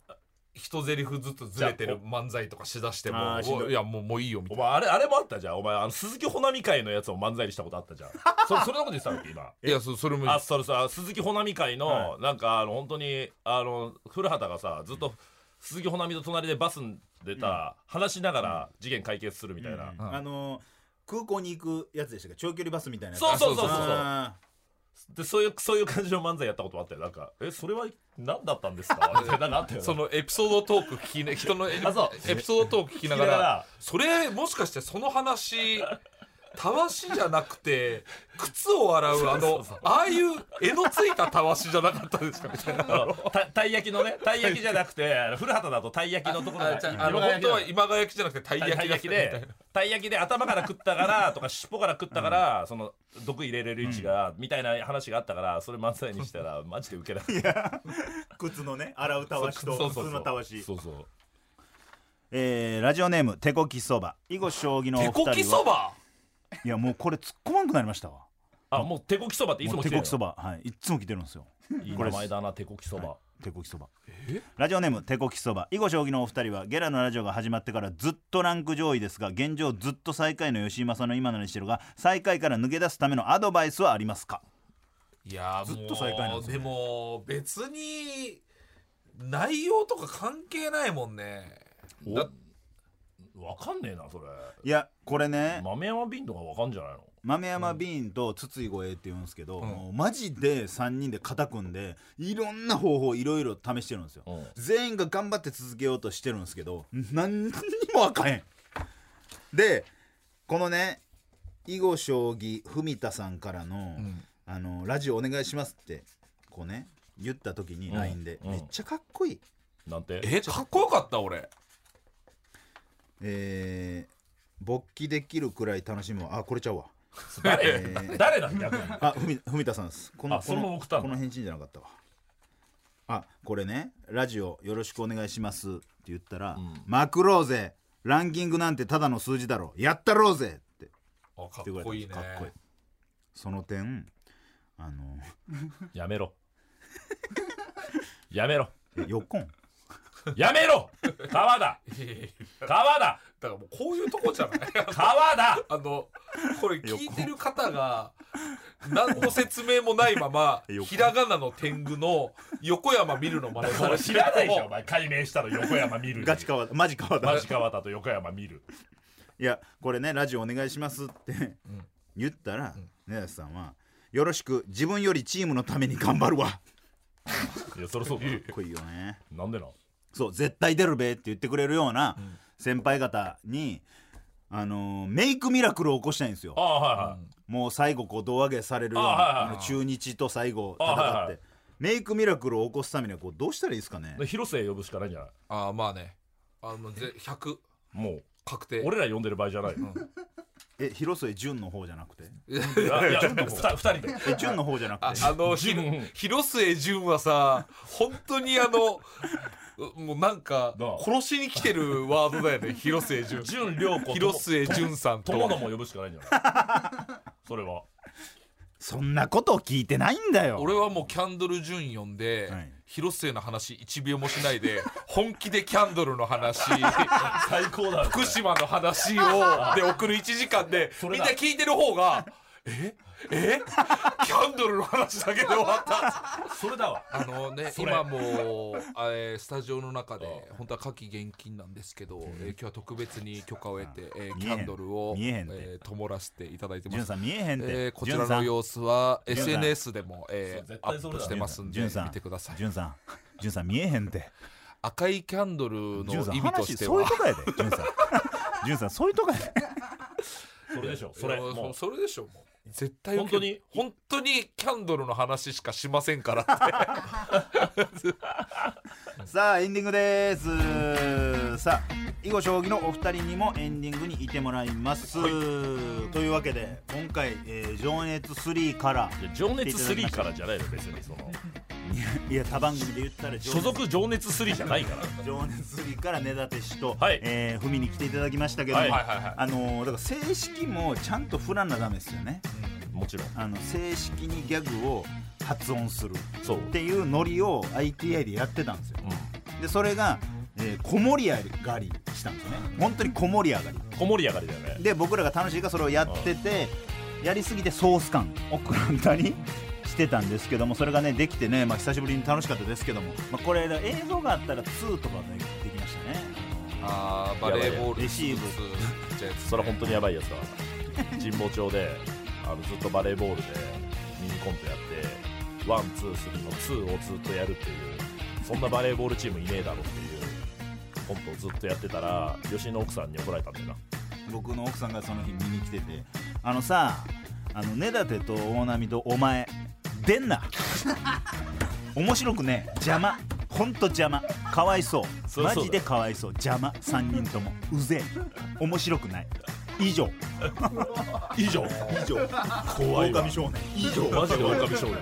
[SPEAKER 4] 一セリフずつずれてる漫才とかしだしても
[SPEAKER 2] あーしんどいう
[SPEAKER 4] わいやもうもういいよみた
[SPEAKER 3] お
[SPEAKER 4] いな
[SPEAKER 3] 前あれあれもあったじゃんお前あの鈴木保奈美会のやつを漫才にしたことあっ たじゃんそそれのこと言ってたっけ今
[SPEAKER 4] いやそそれもいい
[SPEAKER 3] あそれさ鈴木保奈美会の、
[SPEAKER 2] は
[SPEAKER 3] なんかあの本当にあの古畑がさずっと鈴木保奈美と隣でバスに出た、話しながら事件解決するみたいな、
[SPEAKER 2] うんあのー空港に行くやつでしたっけ長距離バスみたいなやつ
[SPEAKER 3] そうそうそうそう
[SPEAKER 2] あ
[SPEAKER 3] でそういうそういう感じの漫才やったことあったよなんか「えそれは何だったんです か?」みたいななんかあったよね
[SPEAKER 4] そのエピソードトーク聞きな人のエピ
[SPEAKER 3] あそう
[SPEAKER 4] エピソードトーク聞きなが
[SPEAKER 3] 聞きなが
[SPEAKER 4] ら
[SPEAKER 3] ら
[SPEAKER 4] それもしかしてその話たわしじゃなくて靴を洗うあのああいう絵のついたたわしじゃなかったですかみたいな
[SPEAKER 3] あのたたい焼きのねたい焼きじゃなくてあの古畑だとたい焼きのところ
[SPEAKER 4] あ
[SPEAKER 3] が
[SPEAKER 4] じゃああの本当は今川焼きじゃなくてたい
[SPEAKER 3] たい
[SPEAKER 4] 焼きだ
[SPEAKER 3] 焼
[SPEAKER 4] った
[SPEAKER 3] き
[SPEAKER 4] みたいな
[SPEAKER 3] でたい焼きで頭から食ったからとか尻尾から食ったから、その毒入れれる位置が、みたいな話があったからそれ漫才にしたらマジでウケなかった
[SPEAKER 2] 靴のね洗うたわしと普通のたわし
[SPEAKER 3] そうそう
[SPEAKER 2] えーラジオネーム手こきそば囲碁将棋のお二
[SPEAKER 4] 手
[SPEAKER 2] 人
[SPEAKER 4] こ
[SPEAKER 2] は
[SPEAKER 4] きそば
[SPEAKER 2] いやもうこれ突っ込まんくなりましたわ
[SPEAKER 3] あもう手こきそばっていつ
[SPEAKER 2] も
[SPEAKER 3] も
[SPEAKER 2] う
[SPEAKER 3] 来て
[SPEAKER 2] 手
[SPEAKER 3] る
[SPEAKER 2] こ
[SPEAKER 3] の
[SPEAKER 2] きそばはいいっつも来てるんですよ
[SPEAKER 3] いい
[SPEAKER 2] これ
[SPEAKER 3] 名前だな手こきそば、
[SPEAKER 2] 手こきそばラジオネーム手こきそば囲碁将棋のお二人はゲラのラジオが始まってからずっとランク上位ですが現状ずっと最下位の吉井正の今なりしてるが最下位から抜け出すためのアドバイスはありますか
[SPEAKER 4] いやー
[SPEAKER 2] ずっと最下位なんで
[SPEAKER 4] もう
[SPEAKER 2] すね
[SPEAKER 4] でも別に内容とか関係ないもんね
[SPEAKER 3] お
[SPEAKER 4] だ
[SPEAKER 3] わかんねえなそれ
[SPEAKER 2] いやこれね
[SPEAKER 3] 豆山瓶とかわかんじゃないの
[SPEAKER 2] 豆山ビーンと筒井護衛って言うんですけど、
[SPEAKER 4] うん
[SPEAKER 2] もうマジで3人で肩組んでいろんな方法いろいろ試してるんですよ、
[SPEAKER 3] うん
[SPEAKER 2] 全員が頑張って続けようとしてるんですけど何にもあかへんでこのね囲碁将棋文田さんからの,、
[SPEAKER 4] ん
[SPEAKER 2] あの「ラジオお願いします」ってこうね言った時に
[SPEAKER 3] うん
[SPEAKER 2] LINE で、
[SPEAKER 3] うん
[SPEAKER 2] めっちゃかっこいい」
[SPEAKER 3] なんて
[SPEAKER 4] えかっこよかった俺
[SPEAKER 2] えー勃起できるくらい楽しむわ」あこれちゃうわ
[SPEAKER 3] 誰
[SPEAKER 2] え ー
[SPEAKER 3] 誰なん逆に
[SPEAKER 2] あ、ふみ、ふみたさんです。この、
[SPEAKER 3] あ
[SPEAKER 2] こ
[SPEAKER 3] そのまま
[SPEAKER 2] の、
[SPEAKER 3] 送ったの
[SPEAKER 2] この返信じゃなかったわ。あ、これね、ラジオよろしくお願いしますって言ったら、
[SPEAKER 3] ん
[SPEAKER 2] まくろうぜ。ランキングなんてただの数字だろやったろうぜって
[SPEAKER 4] あかっ
[SPEAKER 2] 言って
[SPEAKER 4] こ
[SPEAKER 2] くれ
[SPEAKER 4] いい
[SPEAKER 2] たん
[SPEAKER 4] ね
[SPEAKER 2] です。かっこいい。その点、あの、
[SPEAKER 3] やめろやめろ
[SPEAKER 2] えよっこん。
[SPEAKER 3] やめろ川だ
[SPEAKER 4] いやいやいや
[SPEAKER 3] 川だ
[SPEAKER 4] だからもうこういうとこじゃない
[SPEAKER 3] 川だ
[SPEAKER 4] あのこれ聞いてる方が何の説明もないまま
[SPEAKER 2] 横
[SPEAKER 4] ひらがなの天狗の横山見るのまね
[SPEAKER 3] そ
[SPEAKER 4] さ
[SPEAKER 3] れ
[SPEAKER 4] れて
[SPEAKER 3] 知
[SPEAKER 4] る
[SPEAKER 3] らないでしょお前解明したの横山見る
[SPEAKER 2] ガチ川だ、マジ川だ。
[SPEAKER 3] マジ川田と横山見る
[SPEAKER 2] いや、これね、ラジオお願いしますって
[SPEAKER 4] ん
[SPEAKER 2] 言ったら、根立さんは、よろしく、自分よりチームのために頑張るわ。か
[SPEAKER 3] いやそりゃそうだ
[SPEAKER 2] っこいいよね。
[SPEAKER 3] なんでな
[SPEAKER 2] そう絶対出るべって言ってくれるような先輩方に、あのーメイクミラクルを起こしたいんですよ
[SPEAKER 3] ああはいはい、
[SPEAKER 2] もう最後こう胴上げされるような
[SPEAKER 3] あはいはいはい
[SPEAKER 2] あの中日と最後戦って、
[SPEAKER 3] あはいはい
[SPEAKER 2] メイクミラクルを起こすためにはこうどうしたらいいですかね
[SPEAKER 3] で広末呼ぶしかないんじゃない
[SPEAKER 4] ああまあねあのぜ100
[SPEAKER 3] もう
[SPEAKER 4] 確定
[SPEAKER 3] 俺ら呼んでる場合じゃないよ
[SPEAKER 2] え広末純の方じゃなくて
[SPEAKER 3] いや いやふた二人で
[SPEAKER 2] え純の方じゃな
[SPEAKER 4] あ
[SPEAKER 2] くて
[SPEAKER 4] あのひろ
[SPEAKER 3] うん
[SPEAKER 4] 広末純はさ本当にあのうもうなんか
[SPEAKER 3] なあ
[SPEAKER 4] 殺しに来てるワードだよ ね広末純
[SPEAKER 3] 純良子とも
[SPEAKER 4] 広末純さんと
[SPEAKER 3] 友野も呼ぶしかないんじゃないそれは
[SPEAKER 2] そんなことを聞いてないんだよ
[SPEAKER 4] 俺はもうキャンドル純呼んで、
[SPEAKER 2] はい
[SPEAKER 4] 広末の話1秒もしないで本気でキャンドルの 話
[SPEAKER 3] 最高だね
[SPEAKER 4] 福島の話をで送る1時間で
[SPEAKER 3] れ
[SPEAKER 4] みん
[SPEAKER 3] だ
[SPEAKER 4] な聞いてる方がええキャンドルの話だけで終わった
[SPEAKER 3] それだわ
[SPEAKER 4] あのね
[SPEAKER 3] それ
[SPEAKER 4] 今もうあえースタジオの中で本当は夏季厳禁なんですけど、えー今日は特別に許可を得て、えー
[SPEAKER 2] 見
[SPEAKER 4] キ
[SPEAKER 2] えへん
[SPEAKER 4] ャンドルを
[SPEAKER 2] 見えへんて
[SPEAKER 4] えー灯らせていただいてま
[SPEAKER 2] 純
[SPEAKER 4] す
[SPEAKER 2] さん見えへんって、
[SPEAKER 4] えーこちら
[SPEAKER 2] 純さ
[SPEAKER 4] の
[SPEAKER 2] ん
[SPEAKER 4] 様子は
[SPEAKER 2] 純さん
[SPEAKER 4] SNS でも、え
[SPEAKER 3] そ
[SPEAKER 4] ー
[SPEAKER 3] う絶
[SPEAKER 4] ア
[SPEAKER 3] 対そ
[SPEAKER 4] ッ
[SPEAKER 3] れだ
[SPEAKER 4] プしてますんで
[SPEAKER 2] 純さん
[SPEAKER 4] 見てください
[SPEAKER 2] 純さん純さん見えへん って
[SPEAKER 4] 赤いキャンドル
[SPEAKER 2] 純さ
[SPEAKER 4] の
[SPEAKER 2] ん
[SPEAKER 4] 意味とし
[SPEAKER 2] 話
[SPEAKER 4] て
[SPEAKER 2] そうい
[SPEAKER 4] は
[SPEAKER 2] うとこやで純さん 純さんそういうとこやで
[SPEAKER 3] それでしょそれ
[SPEAKER 4] いや
[SPEAKER 3] もう
[SPEAKER 4] それでしょもう絶対受ける本当にキャンドルの話しかしませんからって
[SPEAKER 2] さあエンディングですさあ囲碁将棋のお二人にもエンディングにいてもらいます、というわけで今回、えー情熱3」から
[SPEAKER 3] いや情熱3からじゃないの別 にその
[SPEAKER 2] いや他番組で言ったら情熱
[SPEAKER 3] 所属情熱3じゃないから
[SPEAKER 2] 情熱3から根立氏と、
[SPEAKER 3] はい
[SPEAKER 2] えー文に来ていただきましたけども、
[SPEAKER 3] はいはい
[SPEAKER 4] はいはい
[SPEAKER 2] あのーだから正式もちゃんと振らなダメですよね
[SPEAKER 3] もちろん
[SPEAKER 2] あの正式にギャグを発音する
[SPEAKER 3] そう
[SPEAKER 2] っていうノリを ITI でやってたんですよでそれが、えー、小盛り上がりしたんですね本当に小盛り上がり
[SPEAKER 3] 小盛り上がりだよね
[SPEAKER 2] で僕らが楽しいからそれをやっててやりすぎてソース感をクランタにしてたんですけどもそれがねできてね、まあ、久しぶりに楽しかったですけども、まあ、これ映像があったら2とかでできましたね
[SPEAKER 4] あーバレーボール
[SPEAKER 2] レシーブ
[SPEAKER 4] ちっちゃいやつ
[SPEAKER 3] それは本当にやばいやつだわ神保町であのずっとバレーボールでミニコントやってワンツースリーのツーをずっとやるっていうそんなバレーボールチームいねえだろっていうコントをずっとやってたら吉井の奥さんに怒られたんだよな
[SPEAKER 2] 僕の奥さんがその日見に来ててあのさあの根建と大波とお前出んな面白くねえ邪魔ほんと邪魔かわいそう
[SPEAKER 3] そう
[SPEAKER 2] マ
[SPEAKER 3] そう
[SPEAKER 2] ジでかわいそう邪魔3人ともうぜえ面白くない以 上以上以上
[SPEAKER 3] 怖いわ
[SPEAKER 2] 狼少年以上
[SPEAKER 3] マジで狼少年だわ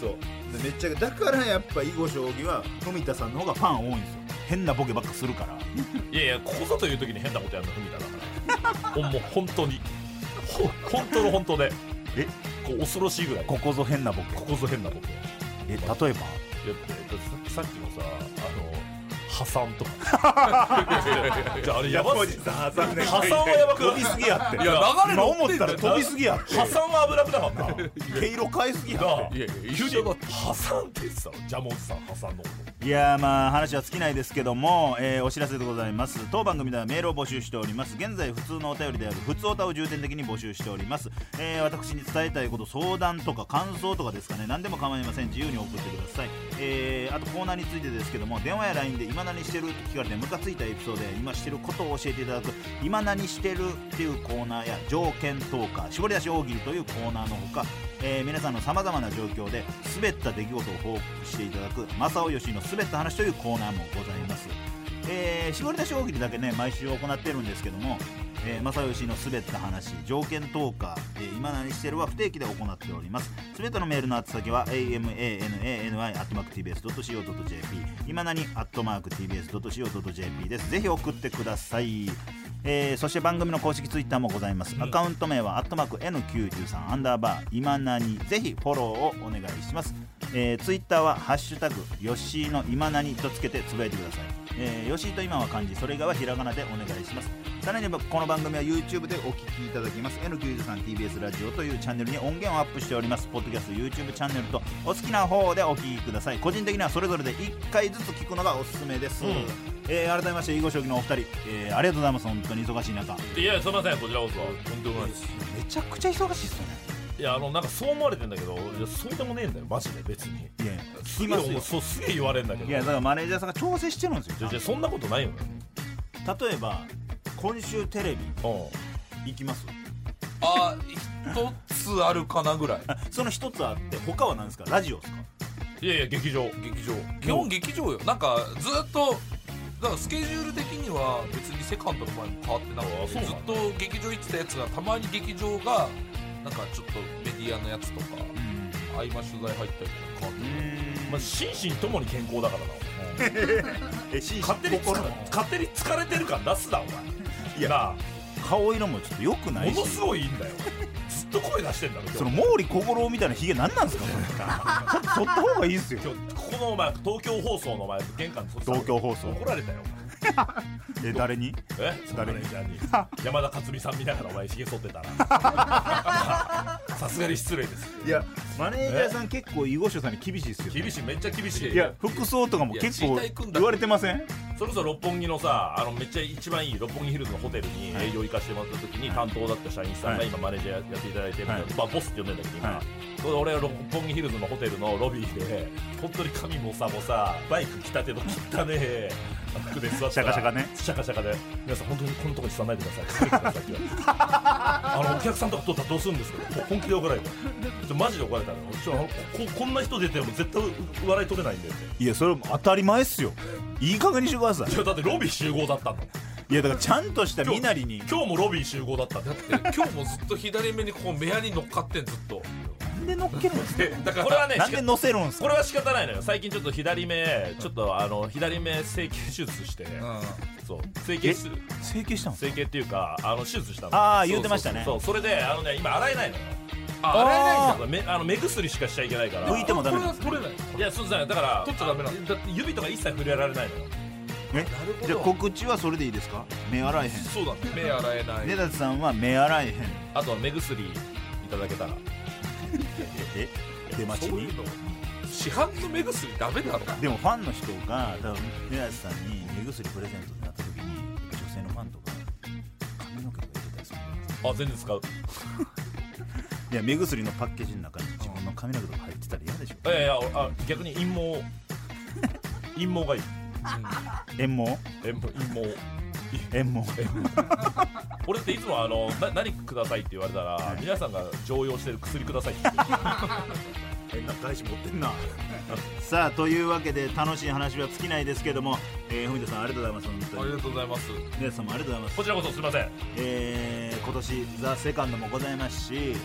[SPEAKER 2] そうでめっちゃだからやっぱ囲碁将棋は富田さんの方がファン多いんですよ変なボケばっかするから
[SPEAKER 3] いやいやここぞという時に変なことやるの文田だからほんもう本当にほ本当の本当で
[SPEAKER 2] え
[SPEAKER 3] こう恐ろしいぐらいこ
[SPEAKER 2] ここぞ変なボケ
[SPEAKER 3] ここぞ変なこと
[SPEAKER 2] え例えば
[SPEAKER 3] やってささっきのさあの破産 とかじゃああれやばっす
[SPEAKER 2] さん挟んで
[SPEAKER 3] 破産はやばく
[SPEAKER 2] 飛
[SPEAKER 3] な
[SPEAKER 2] び
[SPEAKER 3] い
[SPEAKER 2] すぎやって
[SPEAKER 4] いや流れ
[SPEAKER 2] 今
[SPEAKER 4] 乗
[SPEAKER 2] 思
[SPEAKER 4] って
[SPEAKER 2] っ
[SPEAKER 4] ん
[SPEAKER 2] た
[SPEAKER 4] だ
[SPEAKER 2] ら
[SPEAKER 4] よ
[SPEAKER 2] 飛びすぎやって
[SPEAKER 3] 破産は危なくなかった
[SPEAKER 2] 毛色変えすぎや
[SPEAKER 3] なあ
[SPEAKER 4] いやいや
[SPEAKER 3] 急に破産って言ってたのジャムおじさん破産のこと
[SPEAKER 2] いやーまあ話は尽きないですけども、えーお知らせでございます当番組ではメールを募集しております現在普通のお便りである普通おたを重点的に募集しております、えー私に伝えたいこと相談とか感想とかですかね何でも構いません自由に送ってください、えーあとコーナーについてですけども電話や LINE で今何してるって聞かれてムカついたエピソードや今してることを教えていただく今何してるっていうコーナーや条件トーカー絞り出し大喜利というコーナーのほか、えー皆さんのさまざまな状況で滑った出来事を報告していただく正尾義の滑った話というコーナーもございます、えー絞り出し大喜利だけね毎週行ってるんですけども、えー、正義の滑った話条件トーカー、えー今何してるは不定期で行っておりますすべてのメールの宛先は amanani.tbs.co.jp 今何 .tbs.co.jp ですぜひ送ってくださいえーそして番組の公式ツイッターもございます、アカウント名は「アットマーク #N93 アンダーバー今何」ぜひフォローをお願いします、えーツイッターは「ハッシュタグよしーの今何」とつけてつぶやいてください、えー、よしーと今は漢字それ以外はひらがなでお願いしますさらにこの番組は YouTube でお聴きいただきます N93TBS ラジオというチャンネルに音源をアップしておりますポッドキャスト YouTube チャンネルとお好きな方でお聴きください個人的にはそれぞれで1回ずつ聞くのがおすすめです、
[SPEAKER 3] うん
[SPEAKER 2] えー改めまして囲碁将棋のお二人、えーありがとうございます本当に忙しい中
[SPEAKER 3] いやいやすいませんこちらこそ
[SPEAKER 4] とんでもないです
[SPEAKER 2] めちゃくちゃ忙しいっすよね
[SPEAKER 3] いやあのなんかそう思われてんだけどいやそうでもねえんだよマジで別に
[SPEAKER 2] いやいや
[SPEAKER 3] す
[SPEAKER 2] 聞き
[SPEAKER 3] げえ
[SPEAKER 2] ます
[SPEAKER 3] 思
[SPEAKER 2] よ
[SPEAKER 3] うそうすげえ言われんだけど
[SPEAKER 2] いやだからマネージャーさんが調整してるんです
[SPEAKER 3] じゃ
[SPEAKER 2] よ
[SPEAKER 3] じゃそんなことないよね
[SPEAKER 2] 例えば今週テレビ
[SPEAKER 3] う
[SPEAKER 2] 行きます
[SPEAKER 4] あ一つあるかなぐらい
[SPEAKER 2] あその一つあって他は何ですかラジオですか
[SPEAKER 3] んいやいや劇場
[SPEAKER 4] 劇場基本劇場よなんかずっとだからスケジュール的には別にセカンドの前も変わってな
[SPEAKER 3] あ
[SPEAKER 4] く
[SPEAKER 3] そうな
[SPEAKER 4] て
[SPEAKER 3] ん
[SPEAKER 4] ず
[SPEAKER 3] だ
[SPEAKER 4] っと劇場行ってたやつがたまに劇場がなんかちょっとメディアのやつとか合間取材入ったりとか変わっ
[SPEAKER 2] う
[SPEAKER 4] て
[SPEAKER 2] ーん
[SPEAKER 3] まあ、心身ともに健康だ からなお前
[SPEAKER 2] え心身
[SPEAKER 3] 勝手に
[SPEAKER 2] 心
[SPEAKER 3] 疲勝手に疲れてる感出すなお前いやな
[SPEAKER 2] 顔色もちょっと良く
[SPEAKER 3] あ
[SPEAKER 2] ない
[SPEAKER 3] も
[SPEAKER 2] し
[SPEAKER 3] のすごいいいんだよずっと声出してんだろ今日
[SPEAKER 2] その毛利小五郎みたいなヒゲ何なんですかそれちょっと剃った方がいいですよ
[SPEAKER 3] 今日ここのお前東京放送のお前玄関のそ
[SPEAKER 2] 東京放送
[SPEAKER 3] 怒られたよ
[SPEAKER 2] え誰に
[SPEAKER 3] お前え
[SPEAKER 2] 誰に
[SPEAKER 3] マネージャーに山田勝美さん見ながらお前ひげ 剃ってたらさすがに失礼です
[SPEAKER 2] いやマネージャーさん結構囲碁将さんに厳しいですよ、ね、
[SPEAKER 3] 厳しいめっちゃ厳しい
[SPEAKER 2] いや服装とかも結
[SPEAKER 4] い
[SPEAKER 2] 構
[SPEAKER 4] やチーター行くんだ
[SPEAKER 2] 言われてません
[SPEAKER 3] それこそ六本木のさあのめっちゃ一番いい六本木ヒルズのホテルに営業行かせてもらった時に担当だった社員さんが
[SPEAKER 2] はい
[SPEAKER 3] 今マネージャーやっていただいてる、
[SPEAKER 2] はい
[SPEAKER 3] まあボスって呼んでんだけど今、
[SPEAKER 2] はい
[SPEAKER 3] それで俺は六本木ヒルズのホテルのロビーで本当に髪もさもさバイク着たての汚ねえ服で座って
[SPEAKER 2] シャカシャカね
[SPEAKER 3] シャカシャカで皆さん本当にこのとこに座らないでください隠れてくださいって言われてあのお客さんとか撮ったらどうするんですか本気で怒られたちょマジで怒られたのちょこここんな人出ても絶対笑い取れないんだよね
[SPEAKER 2] いやそれも当たり前っすよいい加減にしてくださ
[SPEAKER 3] いやだってロビー集合だったんだもん
[SPEAKER 2] いいやだからちゃんとした身なりに
[SPEAKER 3] 今日もロビー集合だったんだ
[SPEAKER 4] だって今日もずっと左目にこう目やに乗っかってんずっと
[SPEAKER 2] なんで乗っけるんですか
[SPEAKER 4] でだか
[SPEAKER 3] これ
[SPEAKER 4] ら
[SPEAKER 3] はね
[SPEAKER 2] なんで乗せるんです
[SPEAKER 3] こ
[SPEAKER 2] か
[SPEAKER 3] れは仕方ないのよ最近ちょっと左目ちょっとあの左目整形手術して、
[SPEAKER 4] う
[SPEAKER 3] そう整形す
[SPEAKER 2] 整形したんですか
[SPEAKER 3] 整形っていうかあの手術したの
[SPEAKER 2] ああ言ってましたね
[SPEAKER 3] そうそれであのね今洗えないのよ
[SPEAKER 4] んあ洗えないんだ
[SPEAKER 2] あ
[SPEAKER 3] そうめあの目薬しかしちゃいけないから
[SPEAKER 2] 拭いてもダメなんです
[SPEAKER 4] これは取れない
[SPEAKER 3] いやそうじゃないだから
[SPEAKER 4] 取っちゃダメなの
[SPEAKER 3] だって指とか一切触れられないのよ
[SPEAKER 2] え
[SPEAKER 4] なるほど
[SPEAKER 2] じゃあ告知はそれでいいですか目洗えへん
[SPEAKER 4] そうだね目洗えない、
[SPEAKER 2] 根立さんは目洗えへん
[SPEAKER 3] あとは目薬いただけたら
[SPEAKER 2] え出待ち
[SPEAKER 4] そう
[SPEAKER 2] に
[SPEAKER 4] いうの市販の目薬ダメだろ
[SPEAKER 2] でもファンの人が多分根立さんに目薬プレゼントになった時に女性のファンとか髪の毛とか入れたりするんですよ
[SPEAKER 3] あ全然使う
[SPEAKER 2] いや目薬のパッケージの中に自分の髪の毛とか入ってたら嫌でしょ
[SPEAKER 3] いやいや俺あ逆に陰 毛陰毛がいい
[SPEAKER 2] え毛
[SPEAKER 3] 陰毛陰毛
[SPEAKER 2] え毛
[SPEAKER 3] 俺っていつもあのな何くださいって言われたら
[SPEAKER 2] い
[SPEAKER 3] 皆さんが常用してる薬くださいって言ってる
[SPEAKER 2] 変な返し持ってんな さあというわけで楽しい話は尽きないですけども、えー、文田さんありがとうございます本
[SPEAKER 4] あり
[SPEAKER 2] 当
[SPEAKER 4] が
[SPEAKER 2] に
[SPEAKER 4] とうございます
[SPEAKER 2] 皆さんもありがとうございます
[SPEAKER 3] こちらこそすいません
[SPEAKER 2] えー今年「ザセカンドもございますし、えー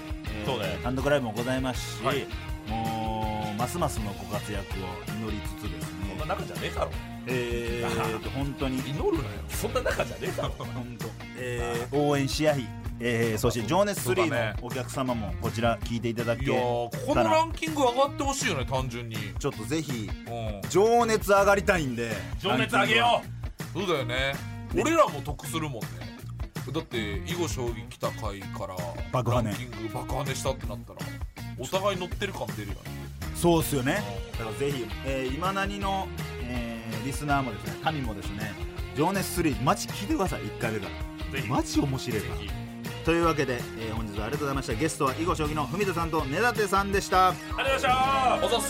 [SPEAKER 3] そうね
[SPEAKER 2] 単独ライブもございますし、
[SPEAKER 3] はい
[SPEAKER 2] もうますますのご活躍を祈りつつです
[SPEAKER 3] そん
[SPEAKER 2] ね
[SPEAKER 3] な仲じゃねえだろ
[SPEAKER 2] え ー、本当に
[SPEAKER 4] 祈るなよ
[SPEAKER 3] そんな仲じゃねえだろ
[SPEAKER 2] 本当、えー応援し合い、えーそして「情熱
[SPEAKER 4] そうだ
[SPEAKER 2] 3
[SPEAKER 4] ね」
[SPEAKER 2] のお客様もこちら聞いていただけ
[SPEAKER 4] いやーここのランキング上がってほしいよね単純に
[SPEAKER 2] ちょっとぜひ
[SPEAKER 4] うん
[SPEAKER 2] 情熱上がりたいんで
[SPEAKER 3] 情熱あげよ
[SPEAKER 4] そうだよね俺らも得するもんねだって囲碁将棋来た回から
[SPEAKER 2] 爆破ね
[SPEAKER 4] ランキング爆跳ねしたってなったらお互い乗ってる感出るよね
[SPEAKER 2] うそうっすよねだからぜひ、えー、今何の、えーリスナーもですね神もですね「情熱3」マジ聞いてください1回目から。
[SPEAKER 3] うぜひ
[SPEAKER 2] マジ面白いから
[SPEAKER 3] ぜ
[SPEAKER 2] というわけで、えー本日はありがとうございましたゲストは囲碁将棋の文田さんと根建さんでした
[SPEAKER 3] ありがとうございました
[SPEAKER 4] あざっ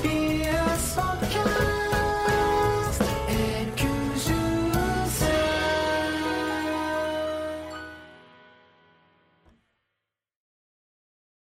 [SPEAKER 4] す
[SPEAKER 1] TBS ポッドキャスト